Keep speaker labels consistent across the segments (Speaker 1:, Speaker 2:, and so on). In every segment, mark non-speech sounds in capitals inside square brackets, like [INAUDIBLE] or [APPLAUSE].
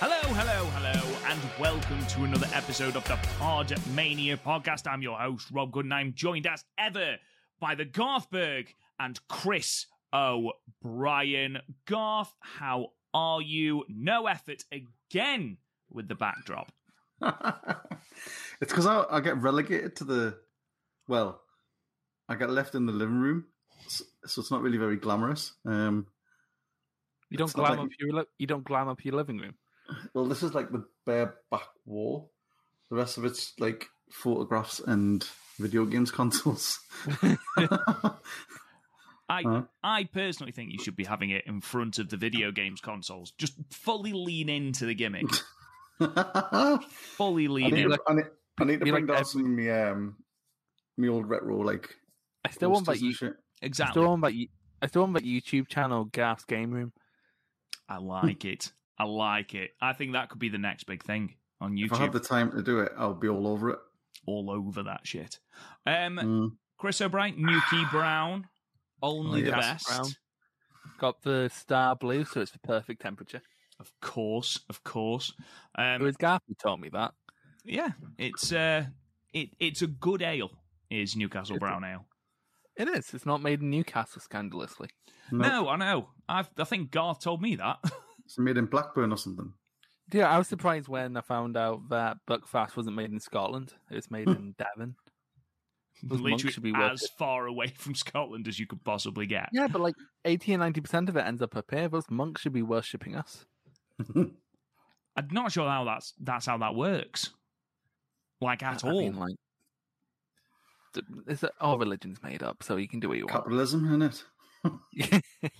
Speaker 1: Hello, hello, hello, and welcome to another episode of the Podmania podcast. I'm your host, Rob Gooden. I'm joined as ever by the Garthberg and Chris O'Brien. Garth, how are you? No effort again with the backdrop.
Speaker 2: [LAUGHS] it's because I, I get relegated to the, well, I get left in the living room, s- so it's not really very glamorous. Um,
Speaker 3: You don't
Speaker 2: It's not
Speaker 3: glam
Speaker 2: like-
Speaker 3: up your li- you don't glam up your living room.
Speaker 2: well, this is like the bare back wall. The rest of it's like photographs and video games [LAUGHS]
Speaker 3: [LAUGHS]
Speaker 2: consoles.
Speaker 1: I
Speaker 2: Huh?
Speaker 1: I personally think you should be having it in front of the video games consoles. Just fully lean into the gimmick.
Speaker 2: [LAUGHS] I
Speaker 1: fully lean
Speaker 2: need,
Speaker 1: in.
Speaker 2: I need, I need to
Speaker 3: be
Speaker 2: bring
Speaker 3: like
Speaker 2: down
Speaker 3: every-
Speaker 2: some of my, um, my old retro like.
Speaker 3: I still want that
Speaker 2: posters and
Speaker 3: you.
Speaker 2: shit.
Speaker 3: I still
Speaker 1: Exactly.
Speaker 3: want that you. I still want that YouTube channel, Garth's Game Room.
Speaker 1: I like it. I like it. I think that could be the next big thing on
Speaker 2: If I have
Speaker 1: YouTube.
Speaker 2: the time to do it, I'll be all over it.
Speaker 1: All over that shit. Um,
Speaker 2: Mm.
Speaker 1: Chris O'Brien, Nuki Brown, only
Speaker 2: Oh,
Speaker 1: the
Speaker 2: yes.
Speaker 1: best.
Speaker 3: Brown. Got the star blue, so it's the perfect temperature.
Speaker 1: Of course, of course. Um,
Speaker 3: It was Garth who told me that.
Speaker 1: yeah, it's uh, it it's a good ale. Is Newcastle
Speaker 3: It's a-
Speaker 1: Brown Ale?
Speaker 3: It is. It's not made in Newcastle, scandalously.
Speaker 2: No,
Speaker 1: No, I know. I've, I think Garth told me that.
Speaker 2: It's made in Blackburn or something. [LAUGHS]
Speaker 3: Yeah, I was surprised when I found out that Buckfast wasn't made in Scotland. It was made in Devon. Those monks should
Speaker 1: [LAUGHS] literally
Speaker 3: be
Speaker 1: as
Speaker 3: working.
Speaker 1: far away from Scotland as you could possibly get.
Speaker 3: Yeah, but like eighty and ninety percent of it ends up up here. Those monks should be worshipping us.
Speaker 1: I'm not sure how that's that's how that works. Like at
Speaker 3: I
Speaker 1: all.
Speaker 3: mean, like, th- it's, uh, all religion's made up, so you can do what you want.
Speaker 2: Capitalism, is
Speaker 3: Yeah.
Speaker 2: it?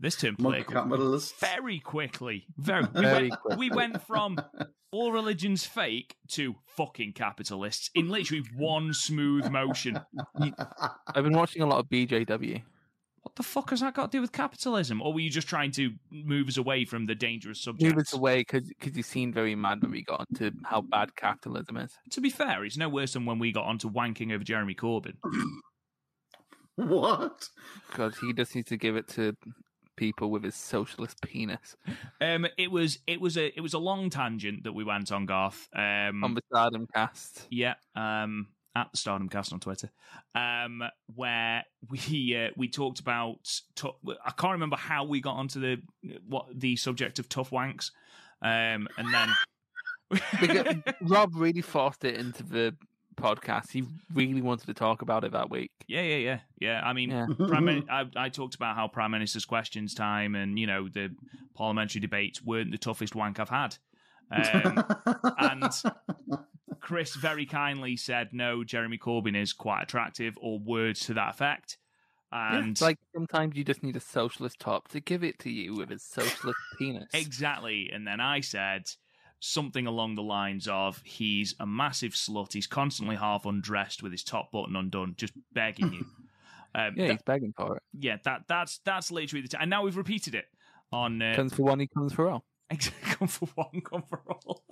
Speaker 1: this term
Speaker 2: Monk
Speaker 1: political
Speaker 2: capitalist.
Speaker 1: very quickly. Very, we,
Speaker 3: Very
Speaker 1: went, we went from
Speaker 3: [LAUGHS]
Speaker 1: all religions fake to fucking capitalists in literally one smooth motion.
Speaker 3: I've been watching a lot of BJW.
Speaker 1: What the fuck has that got to do with capitalism? Or were you just trying to move us away from the dangerous subject?
Speaker 3: Move us away because you seemed very mad when we got onto how bad capitalism is.
Speaker 1: To be fair, it's no worse than when we got onto wanking over Jeremy
Speaker 3: [CLEARS THROAT]
Speaker 1: Corbyn.
Speaker 2: What?
Speaker 3: God, he just needs to give it to people with his socialist penis.
Speaker 1: Um, it was it was a it was a long tangent that we went on, Garth. Um,
Speaker 3: On the Stardom cast,
Speaker 1: Yeah, um, at the Stardom Cast on Twitter, um, where we [LAUGHS] uh, we talked about. tou- I can't remember how we got onto the what the subject of tough wanks, um, and then
Speaker 3: Because- Rob really forced it into the podcast. He really wanted to talk about it that week.
Speaker 1: [LAUGHS] yeah, yeah, yeah, yeah. I mean,
Speaker 3: Yeah.
Speaker 1: Prime
Speaker 2: [LAUGHS]
Speaker 1: Min- I, I talked about how Prime Minister's questions time and you know the parliamentary debates weren't the toughest wank I've had. Um,
Speaker 3: [LAUGHS]
Speaker 1: and Chris very kindly said, "No, Jeremy Corbyn is quite attractive," or words to that effect.
Speaker 3: Yeah,
Speaker 1: And
Speaker 3: like sometimes you just need a socialist top to give it to you with his socialist penis.
Speaker 1: Exactly. And then I said something along the lines of, he's a massive slut. He's constantly half undressed with his top button undone, just begging
Speaker 3: [LAUGHS]
Speaker 1: you. Um,
Speaker 3: Yeah,
Speaker 1: yeah,
Speaker 3: he's begging for it.
Speaker 1: yeah, that that's that's literally the time. And now we've repeated it on uh,
Speaker 3: Comes for one, he comes for all.
Speaker 1: come for one, come for all.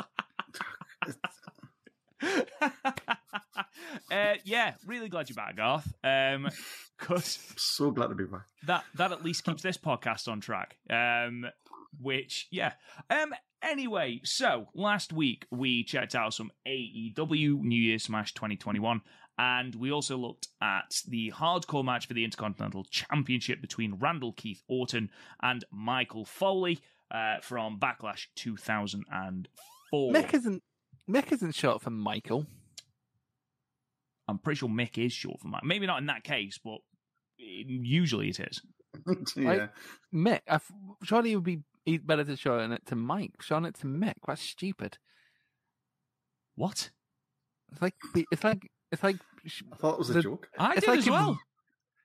Speaker 1: uh, yeah, really glad you're back, Garth. Um, cause
Speaker 2: so glad to be back. [LAUGHS]
Speaker 1: that that at least keeps this podcast on track. Um, which yeah. Um, anyway, so last week we checked out some AEW New Year Smash 2021, and we also looked at the hardcore match for the Intercontinental Championship between Randall Keith Orton and Michael Foley uh, from Backlash 2004.
Speaker 3: Mick isn't Mick isn't short for Michael.
Speaker 1: I'm pretty sure Mick is short for Mike. Maybe not in that case, but uh, usually it is.
Speaker 2: yeah.
Speaker 3: Mick, I f- surely it would be e- better to show it to Mike, showing it to Mick. That's stupid.
Speaker 1: What?
Speaker 3: It's like it's like it's like sh-
Speaker 2: I thought it was a
Speaker 3: The-
Speaker 2: joke.
Speaker 1: I
Speaker 3: It's
Speaker 1: did
Speaker 3: like
Speaker 1: as
Speaker 3: if-
Speaker 1: well.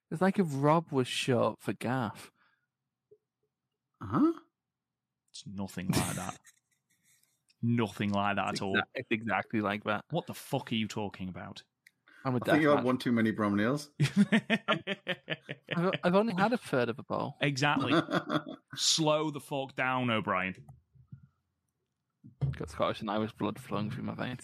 Speaker 3: it's like if Rob was short for Gaff.
Speaker 2: Huh?
Speaker 1: It's nothing like
Speaker 3: [LAUGHS]
Speaker 1: that. nothing like that
Speaker 3: It's
Speaker 1: at all.
Speaker 3: exac- It's exactly like that.
Speaker 1: What the fuck are you talking about?
Speaker 3: I'm a
Speaker 2: I think you had
Speaker 3: deathmatch.
Speaker 2: one too many brown nails. [LAUGHS]
Speaker 3: um, I've, I've only had a third of a bowl.
Speaker 1: [LAUGHS]
Speaker 3: [LAUGHS]
Speaker 1: exactly.
Speaker 2: Oh,
Speaker 1: Slow the fuck down, O'Brien. [LAUGHS]
Speaker 3: Got Scottish and Irish blood flowing through my veins.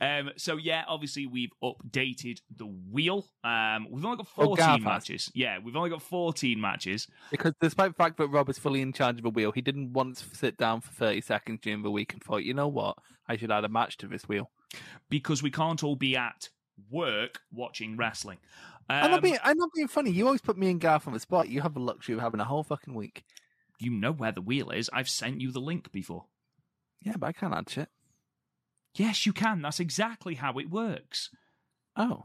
Speaker 1: um, so yeah, obviously we've updated the wheel. Um, we've only got
Speaker 3: Oh,
Speaker 1: fourteen
Speaker 3: Gav has.
Speaker 1: matches. Yeah, we've only got fourteen matches.
Speaker 3: Because despite the fact that Rob is fully in charge of a wheel, he didn't once sit down for 30 seconds during the week and thought, you know what? I should add a match to this wheel.
Speaker 1: because we can't all be at work watching wrestling.
Speaker 3: I'm,
Speaker 1: Um,
Speaker 3: not being, I'm not being funny. You always put me and Garth on the spot. You have the luxury of having a whole fucking week.
Speaker 1: you know where the wheel is. I've sent you the link before.
Speaker 3: Yeah, but I can't add shit.
Speaker 1: Yes, you can. That's exactly how it works.
Speaker 3: Oh.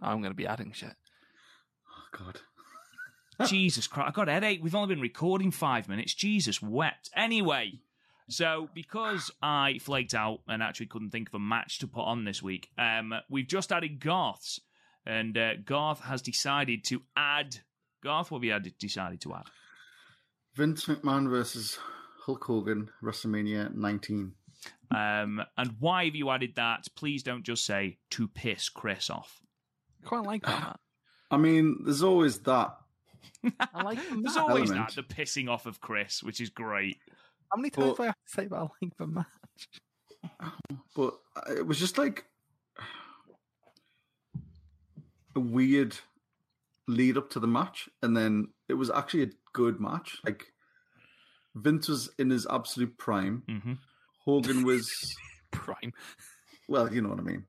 Speaker 3: I'm going to be adding shit.
Speaker 2: Oh, God.
Speaker 1: Jesus Christ, I've got a headache. We've only been recording five minutes. Jesus wept. Anyway, so because I flaked out and actually couldn't think of a match to put on this week, um, we've just added Garth's, and uh, Garth has decided to add. Garth, what have you added, decided to add?
Speaker 2: Vince McMahon versus Hulk Hogan, WrestleMania 19.
Speaker 1: Um, and why have you added that? Please don't just say to piss Chris off.
Speaker 3: Quite like that.
Speaker 2: I mean, there's always that.
Speaker 3: [LAUGHS] I like the
Speaker 1: There's
Speaker 3: match.
Speaker 1: always
Speaker 2: element.
Speaker 1: that, the pissing off of Chris, which is great.
Speaker 3: How many times do I have to say that I like the [LAUGHS] match?
Speaker 2: But it was just like a weird lead up to the match. And then it was actually a good match. Like, Vince was in his absolute prime.
Speaker 1: hmm
Speaker 2: Hogan was,
Speaker 3: Prime.
Speaker 2: well, you know what I mean,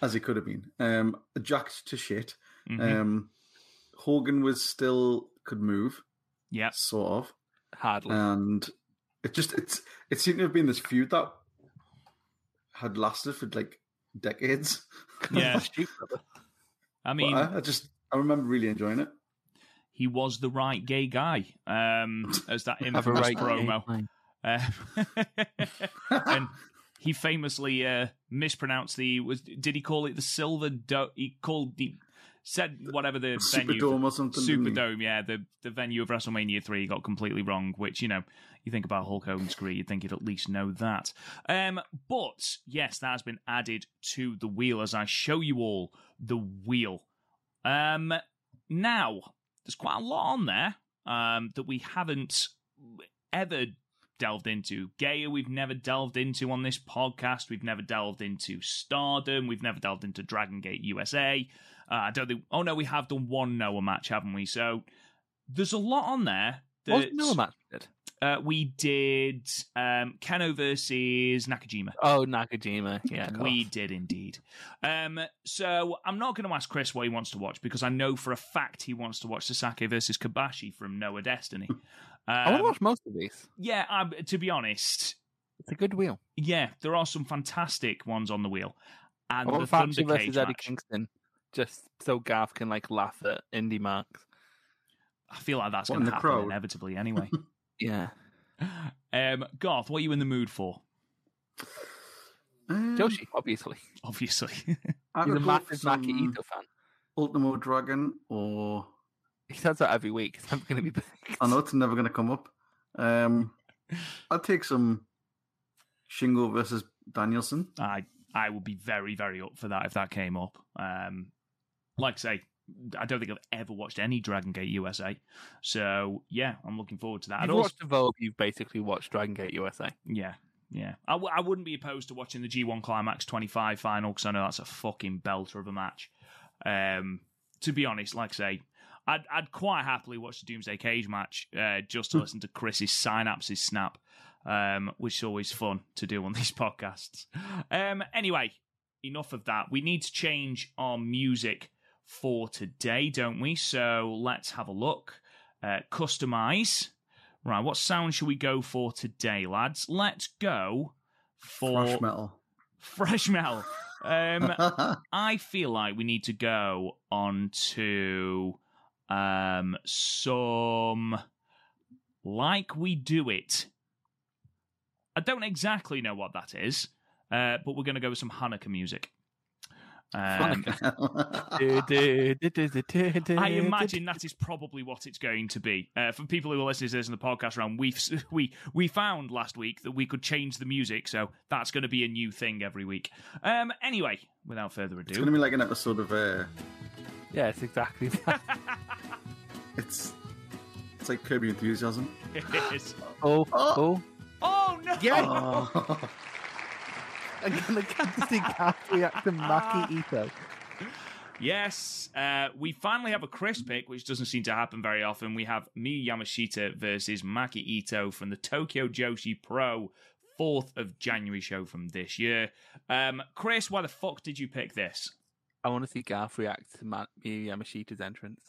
Speaker 2: as he could have been. Um, jacked to shit.
Speaker 1: mm-hmm.
Speaker 3: Mm-hmm.
Speaker 2: Um, Hogan was still could move,
Speaker 1: yep.
Speaker 2: sort of.
Speaker 3: Hardly. [LAUGHS]
Speaker 2: and it just it's it seemed to have been this feud that had lasted for like decades.
Speaker 1: Yeah. I
Speaker 2: But
Speaker 1: mean,
Speaker 2: I, I just I remember really enjoying it.
Speaker 1: he was the right gay guy, um, as that infamous promo. Uh, [LAUGHS] and he famously uh, mispronounced the was. Did he call it the silver? Do- he called the said whatever
Speaker 2: [LAUGHS]
Speaker 1: the venue.
Speaker 2: Superdome or something. didn't he?
Speaker 1: Superdome, yeah, the, the venue of WrestleMania 3 got completely wrong, which, you know, you think about Hulk Hogan's career, you'd think you'd at least know that. Um, but, yes, that has been added to the wheel as I show you all the wheel. Um, now, there's quite a lot on there um, that we haven't ever delved into. Gaia, we've never delved into on this podcast. We've never delved into Stardom. We've never delved into Dragon Gate USA. Uh, I don't think. Oh no, we have done one Noah match, haven't we? So there's a lot on there. That,
Speaker 3: Wasn't there a match we did?
Speaker 1: Uh, we did um, Kano versus Nakajima.
Speaker 3: Oh, Nakajima. Yeah. of
Speaker 1: we
Speaker 3: course.
Speaker 1: did indeed. Um, so I'm not going to ask Chris what he wants to watch because I know for a fact he wants to watch Sasaki versus Kabashi from Noah
Speaker 2: [LAUGHS]
Speaker 1: Destiny. Um,
Speaker 3: I want to watch most of these.
Speaker 1: Yeah, um, to be honest,
Speaker 3: It's a good wheel.
Speaker 1: yeah, there are some fantastic ones on the wheel. And the
Speaker 3: I want
Speaker 1: Thunder
Speaker 3: Thatcher
Speaker 1: Cage
Speaker 3: versus Eddie
Speaker 1: match,
Speaker 3: Kingston, just so Garth can like laugh at indie marks.
Speaker 1: I feel like that's
Speaker 2: What,
Speaker 1: going
Speaker 2: in
Speaker 1: to
Speaker 2: the
Speaker 1: happen
Speaker 2: crowd?
Speaker 1: inevitably anyway.
Speaker 2: [LAUGHS]
Speaker 3: Yeah,
Speaker 1: um, Garth, what are you in the mood for?
Speaker 2: Um,
Speaker 3: Mm. Joshi, obviously.
Speaker 1: Obviously,
Speaker 2: I
Speaker 3: He's a
Speaker 2: would go for
Speaker 3: massive Maki
Speaker 2: some
Speaker 3: Ito fan.
Speaker 2: Ultimo Dragon, or
Speaker 3: He says that every week. It's never going to be [LAUGHS] big.
Speaker 2: I know it's never going to come up. Um, I'd take some Shingo versus Danielson.
Speaker 1: I I would be very very up for that if that came up. Um, like I say, I don't think I've ever watched any Dragon Gate USA, so yeah, I'm looking forward to that. And
Speaker 3: You've
Speaker 1: also-
Speaker 3: watched Evolve. You've basically watched Dragon Gate USA.
Speaker 1: yeah, yeah, I, w- I wouldn't be opposed to watching the G1 Climax 25 final because I know that's a fucking belter of a match. Um, to be honest, like I say. I'd, I'd quite happily watch the Doomsday Cage match uh, just to listen to Chris's synapses snap, um, which is always fun to do on [LAUGHS] these podcasts. Um, anyway, enough of that. We need to change our music for today, don't we? So let's have a look. Uh, customize. Right, what sound should we go for today, lads? Let's go for
Speaker 2: Thrash metal.
Speaker 1: [LAUGHS] Fresh metal.
Speaker 2: [LAUGHS]
Speaker 1: Um, I feel like we need to go on to um, some like we do it. I don't exactly know what that is, uh, but we're going to go with some Hanukkah music. Um, I
Speaker 3: [LAUGHS] I
Speaker 1: imagine that is probably what it's going to be. Uh, for people who are listening to this in the podcast round, we've, s- [LAUGHS] we we found last week that we could change the music, so that's going to be a new thing every week. Um, anyway, without further
Speaker 2: It's gonna
Speaker 1: ado,
Speaker 2: be like an episode of uh,
Speaker 3: Yes,
Speaker 1: [LAUGHS]
Speaker 3: exactly. [LAUGHS] that.
Speaker 2: it's it's like Kirby enthusiasm.
Speaker 1: [LAUGHS] it is.
Speaker 3: oh, oh,
Speaker 2: Oh.
Speaker 1: Oh no!
Speaker 3: yeah.
Speaker 2: [LAUGHS] Oh.
Speaker 3: I'm gonna get to see Gav react
Speaker 1: [LAUGHS]
Speaker 3: to Maki Ito.
Speaker 1: Yes, uh, we finally have a crisp pick, which doesn't seem to happen very often. We have Miyu Yamashita versus Maki Ito from the Tokyo Joshi Pro 4th of January show from this year. Um, Chris, why the fuck did you pick this?
Speaker 3: I want to see Gav react to Ma- Miyu Yamashita's entrance.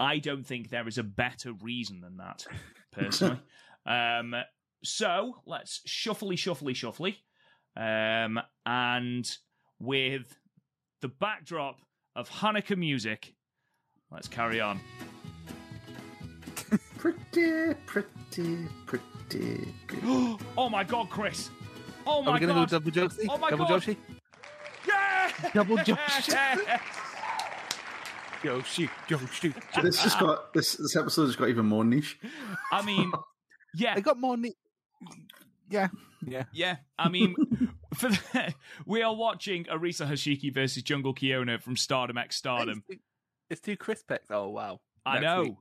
Speaker 1: I don't think there is a better reason than that, personally. um, so let's shuffly, shuffly, shuffly. Um, and with the backdrop of Hanukkah music, let's carry on.
Speaker 2: pretty, pretty, pretty. Good.
Speaker 1: [GASPS] oh my god, Chris! Oh
Speaker 3: Are
Speaker 1: my
Speaker 3: we gonna
Speaker 1: god!
Speaker 3: go double Joshi?
Speaker 1: Oh my
Speaker 3: double
Speaker 1: God. [LAUGHS]
Speaker 3: Joshi?
Speaker 1: yeah!
Speaker 3: Double Joshi. Joshi, Joshi.
Speaker 2: This just got this this episode just got even more niche.
Speaker 1: [LAUGHS] I mean, yeah,
Speaker 3: I got more. Ne- yeah, yeah.
Speaker 1: yeah. I mean, [LAUGHS] for the, we are watching Arisa Hoshiki versus Jungle Kiona from Stardom X Stardom.
Speaker 3: It's two- It's two crisp picks. Oh wow!
Speaker 1: I
Speaker 3: Next
Speaker 1: know.
Speaker 3: week,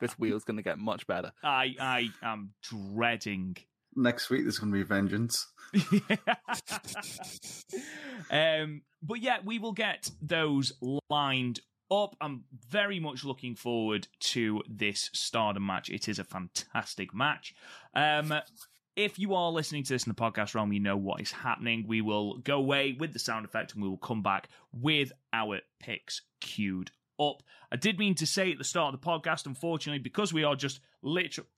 Speaker 3: this wheel's gonna get much better.
Speaker 1: I I am
Speaker 3: [LAUGHS]
Speaker 1: dreading. [LAUGHS]
Speaker 2: Next week there's gonna be vengeance.
Speaker 1: um, but yeah, we will get those lined up. I'm very much looking forward to this Stardom match. It is a fantastic match. Um, if you are listening to this in the podcast realm, you know what is happening. We will go away with the sound effect and we will come back with our picks queued up. I did mean to say at the start of the podcast, unfortunately, because we are just literally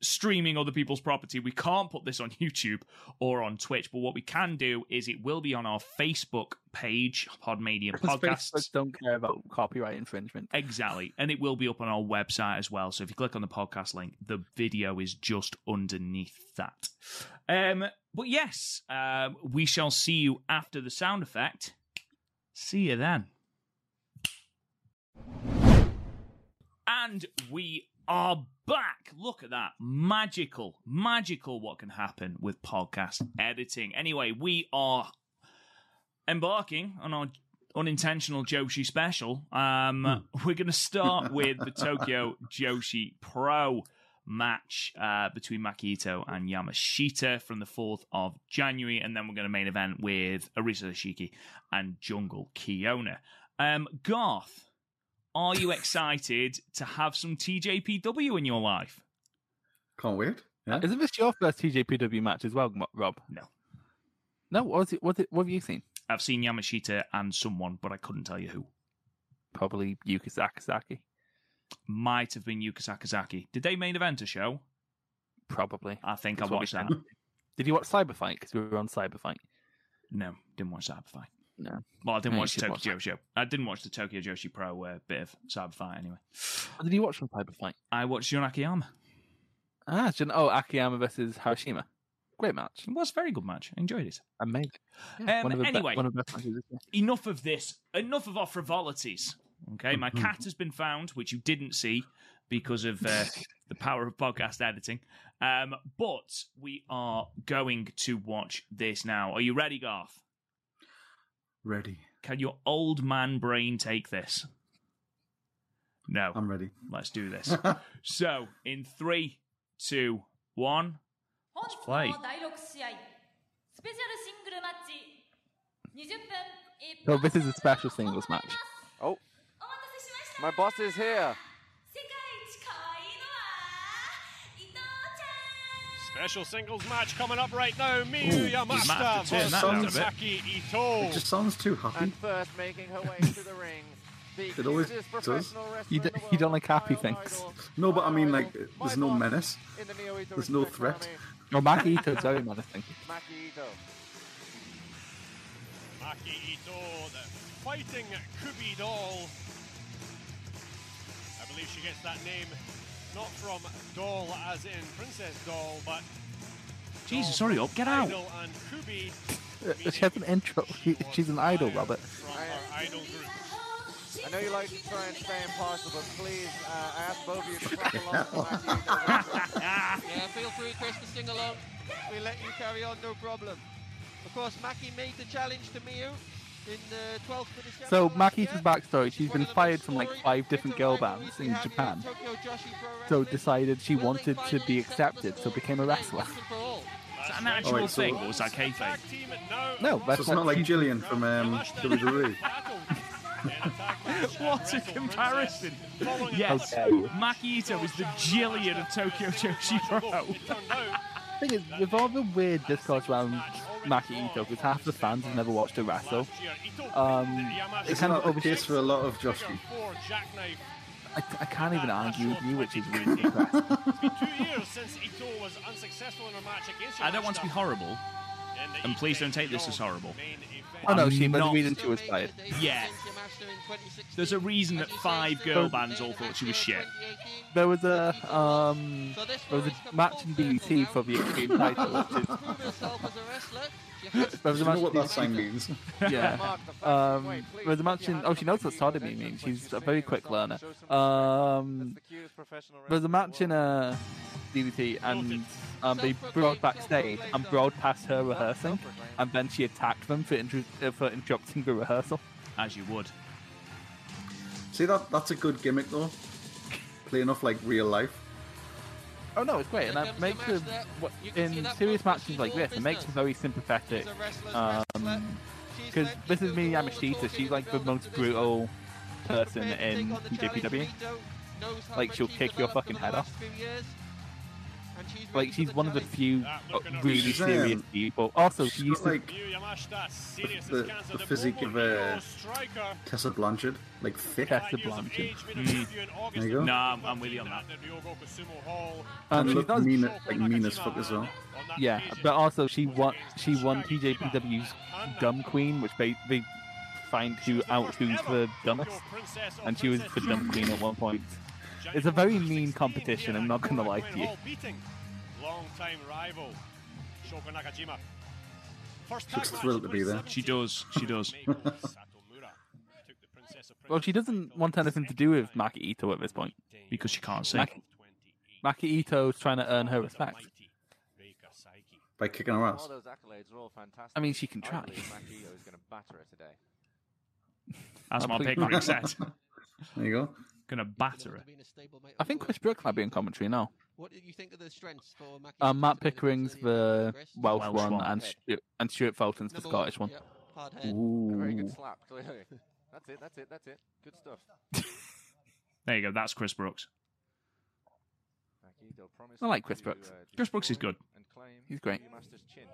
Speaker 1: streaming other people's property, we can't put this on [LAUGHS] YouTube or on Twitch. But what we can do is it will be on our Facebook page,
Speaker 3: [LAUGHS]
Speaker 1: Podmania Podcasts.
Speaker 3: Facebook don't care about copyright infringement.
Speaker 1: [LAUGHS] Exactly. And it will be up on our website as well. So if you click on the podcast link, the video is just underneath that. Um, but yes, um, we shall see you after the sound effect. See you then. And we are back. Look at that. Magical, magical what can happen with podcast editing. Anyway, we are embarking on our unintentional Joshi special. Um, [LAUGHS]
Speaker 3: Hmm.
Speaker 1: we're going to
Speaker 3: [LAUGHS]
Speaker 1: start with the Tokyo Joshi Pro match uh, between Makito and Yamashita from the 4th of January. And then we're going to main event with Arisa Shiki and Jungle Kiona. Um, Garth, are
Speaker 3: [LAUGHS]
Speaker 1: you excited to have some TJPW in your life?
Speaker 2: Can't wait. Yeah.
Speaker 3: Isn't this your first TJPW match as well, Mo- Rob?
Speaker 1: No.
Speaker 3: No. What was it? What, what have you seen?
Speaker 1: I've seen Yamashita and someone, but I couldn't tell you who.
Speaker 3: Probably Yuka Sakazaki.
Speaker 1: Might have been Yuka Sakazaki. Did they main event a show?
Speaker 3: Probably.
Speaker 1: I think
Speaker 3: That's
Speaker 1: I
Speaker 3: what we
Speaker 1: watched that.
Speaker 3: can. Ah. Did you watch Cyberfight? Because we were on Cyberfight.
Speaker 1: No, didn't watch Cyberfight.
Speaker 3: No.
Speaker 1: Well, I didn't
Speaker 3: No, you
Speaker 1: watch
Speaker 3: should
Speaker 1: the
Speaker 3: watch
Speaker 1: Tokyo Joshi. I didn't watch the Tokyo Joshi Pro uh, bit of Cyberfight anyway.
Speaker 3: What did you watch from Cyberfight?
Speaker 1: I watched Yonakiyama.
Speaker 3: Ah, Jun- oh, Akiyama versus Hiroshima. Great match.
Speaker 1: It was a very good match. I enjoyed it.
Speaker 3: Amazing.
Speaker 1: Um,
Speaker 3: one of the be-
Speaker 1: anyway.
Speaker 3: one of the best matches this year.
Speaker 1: Enough of this. Enough of our frivolities. Okay, my
Speaker 3: Mm-hmm.
Speaker 1: cat has been found, which you didn't see because of
Speaker 3: [LAUGHS]
Speaker 1: uh, the power of podcast editing. Um, but we are going to watch this now. Are you ready, Garth?
Speaker 2: Ready.
Speaker 1: Can your old man brain take this? No.
Speaker 2: I'm ready.
Speaker 1: Let's do
Speaker 3: [LAUGHS]
Speaker 1: this. so, in three, two, one.
Speaker 4: 本
Speaker 1: play.
Speaker 4: 日の第六試合スペシャルシングルマッチ20
Speaker 3: No,
Speaker 4: 分
Speaker 3: Oh, this is a special singles match.
Speaker 4: お
Speaker 5: Oh,
Speaker 4: 待たせしました
Speaker 5: my boss is here.
Speaker 4: 世界一可愛いのは伊藤ちゃん
Speaker 6: Special singles match coming up right now. Miyu
Speaker 1: Matt,
Speaker 6: Yamashita
Speaker 1: turn
Speaker 6: versus
Speaker 1: that
Speaker 2: down a
Speaker 6: Saki
Speaker 2: It
Speaker 6: Ito.
Speaker 2: just sounds too happy.
Speaker 5: And first, making her way to the ring. The
Speaker 2: It always
Speaker 5: cutest
Speaker 2: does.
Speaker 5: professional wrestler
Speaker 3: You
Speaker 5: in the
Speaker 3: don't- you
Speaker 5: world,
Speaker 3: don't like happy
Speaker 5: my idol,
Speaker 3: things.
Speaker 2: No, but I
Speaker 5: my
Speaker 2: mean,
Speaker 5: idol,
Speaker 2: like,
Speaker 5: my
Speaker 2: there's no
Speaker 5: boss
Speaker 2: menace.
Speaker 5: in the Neo Ito
Speaker 2: There's no
Speaker 5: Respect
Speaker 2: threat.
Speaker 3: [LAUGHS]
Speaker 5: Army,
Speaker 3: Well, Maki Ito's very menacing.
Speaker 5: Maki Ito.
Speaker 6: Maki Ito, the fighting Kubi doll. I believe she gets that name not from doll as in Princess Doll, but
Speaker 1: Jesus, hurry up, get
Speaker 3: [LAUGHS]
Speaker 1: out.
Speaker 6: Idol and Kubi.
Speaker 3: She has an intro. She,
Speaker 6: was
Speaker 3: she's an idol,
Speaker 6: fired
Speaker 3: Robert.
Speaker 6: From her idol group.
Speaker 5: I know you like to try and stay impartial, but please, uh, I ask both of you
Speaker 2: [LAUGHS]
Speaker 5: to clap along to Maki Ito.
Speaker 3: Ah,
Speaker 7: Yeah, feel free, Chris, to sing along.
Speaker 5: We let you carry on, no problem. Of course, Maki made the challenge to Miu in the 12th of December.
Speaker 3: So
Speaker 5: last year.
Speaker 3: Makita's backstory:
Speaker 5: She's
Speaker 3: she's
Speaker 5: one
Speaker 3: been
Speaker 5: of the
Speaker 3: fired
Speaker 5: most
Speaker 3: from like
Speaker 5: storied
Speaker 3: five different
Speaker 5: Twitter
Speaker 3: girl
Speaker 5: rivalries
Speaker 3: bands
Speaker 5: we
Speaker 3: in
Speaker 5: have here at
Speaker 3: Japan.
Speaker 5: Tokyo Joshi Pro
Speaker 3: So
Speaker 5: Wrestling.
Speaker 3: decided she
Speaker 5: Will they
Speaker 3: wanted to
Speaker 5: finally
Speaker 3: be
Speaker 5: accept the
Speaker 3: accepted, so
Speaker 5: score
Speaker 3: became a
Speaker 5: today?
Speaker 3: wrestler.
Speaker 7: Once and for all.
Speaker 1: Is that an actual
Speaker 2: Alright, so-
Speaker 1: thing, or was that kayfabe?
Speaker 6: Tag team and now
Speaker 3: No,
Speaker 2: So
Speaker 3: that's
Speaker 2: it's not like Jillian from um, WWE.
Speaker 1: [LAUGHS] What a comparison. Yes,
Speaker 3: How dare you.
Speaker 1: Maki Ito is the Jillian of Tokyo Joshi Pro.
Speaker 3: thing is, with all the weird discourse around Maki Ito, because half the fans have never watched a wrestle, Um,
Speaker 2: It's
Speaker 3: kind
Speaker 2: not
Speaker 3: of
Speaker 2: the
Speaker 3: obvious-
Speaker 2: case for a lot of Joshi.
Speaker 3: I, I can't even argue with you, which is [LAUGHS] really depressing.
Speaker 1: I don't want to be horrible. and please don't take this as horrible.
Speaker 3: Oh no,
Speaker 1: I'm
Speaker 3: she was the
Speaker 1: not-
Speaker 3: reason she was fired.
Speaker 1: Yeah. There's a reason that five girl bands all thought she was shit.
Speaker 3: There was a um,
Speaker 7: So this
Speaker 3: there was
Speaker 7: one has
Speaker 3: a
Speaker 7: come
Speaker 3: match
Speaker 7: full
Speaker 3: in
Speaker 7: circle
Speaker 3: DDT
Speaker 7: now.
Speaker 3: for the Extreme title.
Speaker 7: To
Speaker 3: Which
Speaker 7: prove herself as a wrestler, she has to
Speaker 3: is, there was
Speaker 2: Do
Speaker 3: a
Speaker 2: you know
Speaker 3: match
Speaker 2: what
Speaker 3: in
Speaker 2: that sign means?
Speaker 3: [LAUGHS] yeah. Um, there was a match in. Oh, she knows what sodomy means. She's a very quick learner. Um, there was a match in uh, a DDT, and um, they brought backstage and broadcast her rehearsing, and then she attacked them for inter- uh, for interrupting the rehearsal.
Speaker 1: As you would.
Speaker 2: See that? That's a good gimmick though. Playing off like real life.
Speaker 3: Oh no, it's great, and
Speaker 7: Here
Speaker 3: that
Speaker 7: comes
Speaker 3: makes
Speaker 7: the
Speaker 3: them
Speaker 7: match that-
Speaker 3: what-
Speaker 7: you can see
Speaker 3: in
Speaker 7: that
Speaker 3: serious
Speaker 7: proper
Speaker 3: matches like
Speaker 7: she's
Speaker 3: this. It makes
Speaker 7: all
Speaker 3: them very sympathetic. Um, because this is Mimi Yamashita. She's like the most brutal person in WWE. Like, she'll kick your fucking head off. Like she's one of the few uh, really
Speaker 2: She's, um,
Speaker 3: serious people. Also, she
Speaker 2: She's
Speaker 3: used
Speaker 2: got
Speaker 3: to.
Speaker 2: like the- the physique of, uh, Tessa Blanchard, like thick.
Speaker 3: Tessa Blanchard.
Speaker 2: Hmm. There you go.
Speaker 1: Nah, I'm- I'm with you on that.
Speaker 3: Um,
Speaker 2: and
Speaker 3: she's
Speaker 2: look
Speaker 3: not,
Speaker 2: mean, like mean as fuck as well.
Speaker 3: yeah, but also she won. She won TJPW's dumb queen, which they they find who out who's the dumbest, and she was the dumb queen at one point. It's a very mean competition, I'm not gonna lie to you.
Speaker 6: Long time rival, Shoko Nakajima. First
Speaker 2: She
Speaker 6: tag
Speaker 2: looks
Speaker 6: match,
Speaker 2: thrilled to be there.
Speaker 1: She does, she does.
Speaker 3: [LAUGHS] Well, she doesn't want anything to do with Maki Ito at this point.
Speaker 1: Because she can't sing.
Speaker 3: Maki, Maki Ito's trying to earn her respect.
Speaker 2: By kicking her ass.
Speaker 5: those accolades are all fantastic.
Speaker 3: I mean, she can try.
Speaker 5: believe Maki Ito is going to batter her
Speaker 3: [LAUGHS]
Speaker 5: today.
Speaker 1: That's my pick, Rick said.
Speaker 2: There you go.
Speaker 3: [LAUGHS]
Speaker 1: Gonna batter her.
Speaker 3: I think Chris Brooks might be in commentary now.
Speaker 7: What do you think of the strengths for Maki?
Speaker 3: Uh, Matt Pickering's the Welsh,
Speaker 1: Welsh
Speaker 3: one,
Speaker 1: one.
Speaker 3: and Stu- and Stuart Fulton's the Scottish one.
Speaker 7: Hard head.
Speaker 5: A very
Speaker 2: Ooh.
Speaker 5: good slap, clearly. That's it, that's it, that's it. Good stuff.
Speaker 1: There you go, that's Chris Brooks.
Speaker 5: Maki Ito promised
Speaker 3: I like
Speaker 5: to,
Speaker 3: Chris Brooks.
Speaker 1: Chris Brooks is
Speaker 5: destroy
Speaker 1: good.
Speaker 5: and claim
Speaker 3: He's great.
Speaker 5: Master's chin.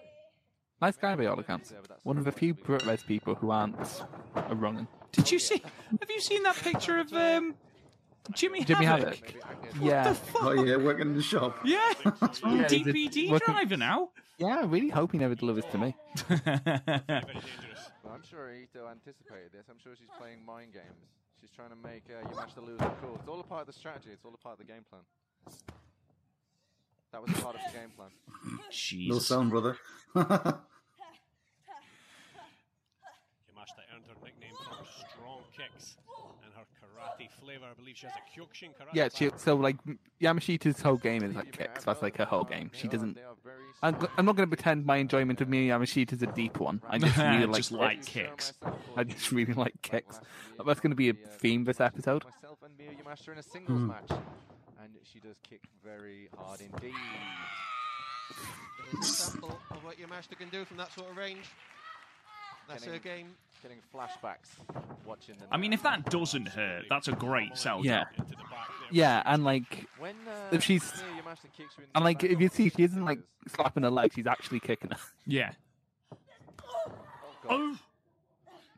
Speaker 3: Nice guy by all accounts. One of the few British people who aren't a wrongin.
Speaker 1: Did you see? Have you seen that picture of um, Jimmy
Speaker 3: Jimmy
Speaker 1: Havoc?
Speaker 3: Havoc. Yeah,
Speaker 2: Oh yeah, working in the shop.
Speaker 1: Yeah,
Speaker 3: [LAUGHS] Yeah, is it
Speaker 1: DPD
Speaker 3: working-
Speaker 1: driver
Speaker 3: [LAUGHS]
Speaker 1: now.
Speaker 3: yeah. I really hope he never delivers to me.
Speaker 5: Well, I'm sure Ito anticipated this. I'm sure she's playing mind games. She's trying to make uh, your match to lose the cool. It's all a part of the strategy. It's all a part of the game plan. That was a part of the game
Speaker 3: [LAUGHS]
Speaker 5: plan.
Speaker 2: No
Speaker 1: Jesus.
Speaker 2: sound, brother. [LAUGHS]
Speaker 6: Yamashita earned her nickname for her strong kicks and her karate flavor. I believe she has a Kyokushin karate.
Speaker 3: Yeah, she,
Speaker 6: background.
Speaker 3: so like Yamashita's whole game is like kicks. That's like her whole game. She doesn't. I'm, I'm not going to pretend my enjoyment of Mia Yamashita's a deep one.
Speaker 1: [LAUGHS]
Speaker 3: I just really like.
Speaker 1: Just like kicks.
Speaker 3: I just really like kicks. That's going to be a theme Hmm. this episode.
Speaker 5: Myself and Miyu Yamashita in a singles match. And she does kick very hard indeed.
Speaker 7: An example of what your master can do from that sort of range. That's her game.
Speaker 5: Getting flashbacks watching the
Speaker 1: I mean, if that doesn't hurt, that's a great sell.
Speaker 3: Yeah.
Speaker 1: job.
Speaker 6: Into the back there.
Speaker 3: Yeah, and like,
Speaker 5: When, uh,
Speaker 3: If she's-
Speaker 5: Miyu Yamashita kicks you in the
Speaker 3: and like,
Speaker 5: back
Speaker 3: if you
Speaker 5: of
Speaker 3: see,
Speaker 5: the
Speaker 3: she isn't like
Speaker 5: shoulders-
Speaker 3: slapping her leg; she's actually kicking her. [LAUGHS]
Speaker 1: Yeah. Oh,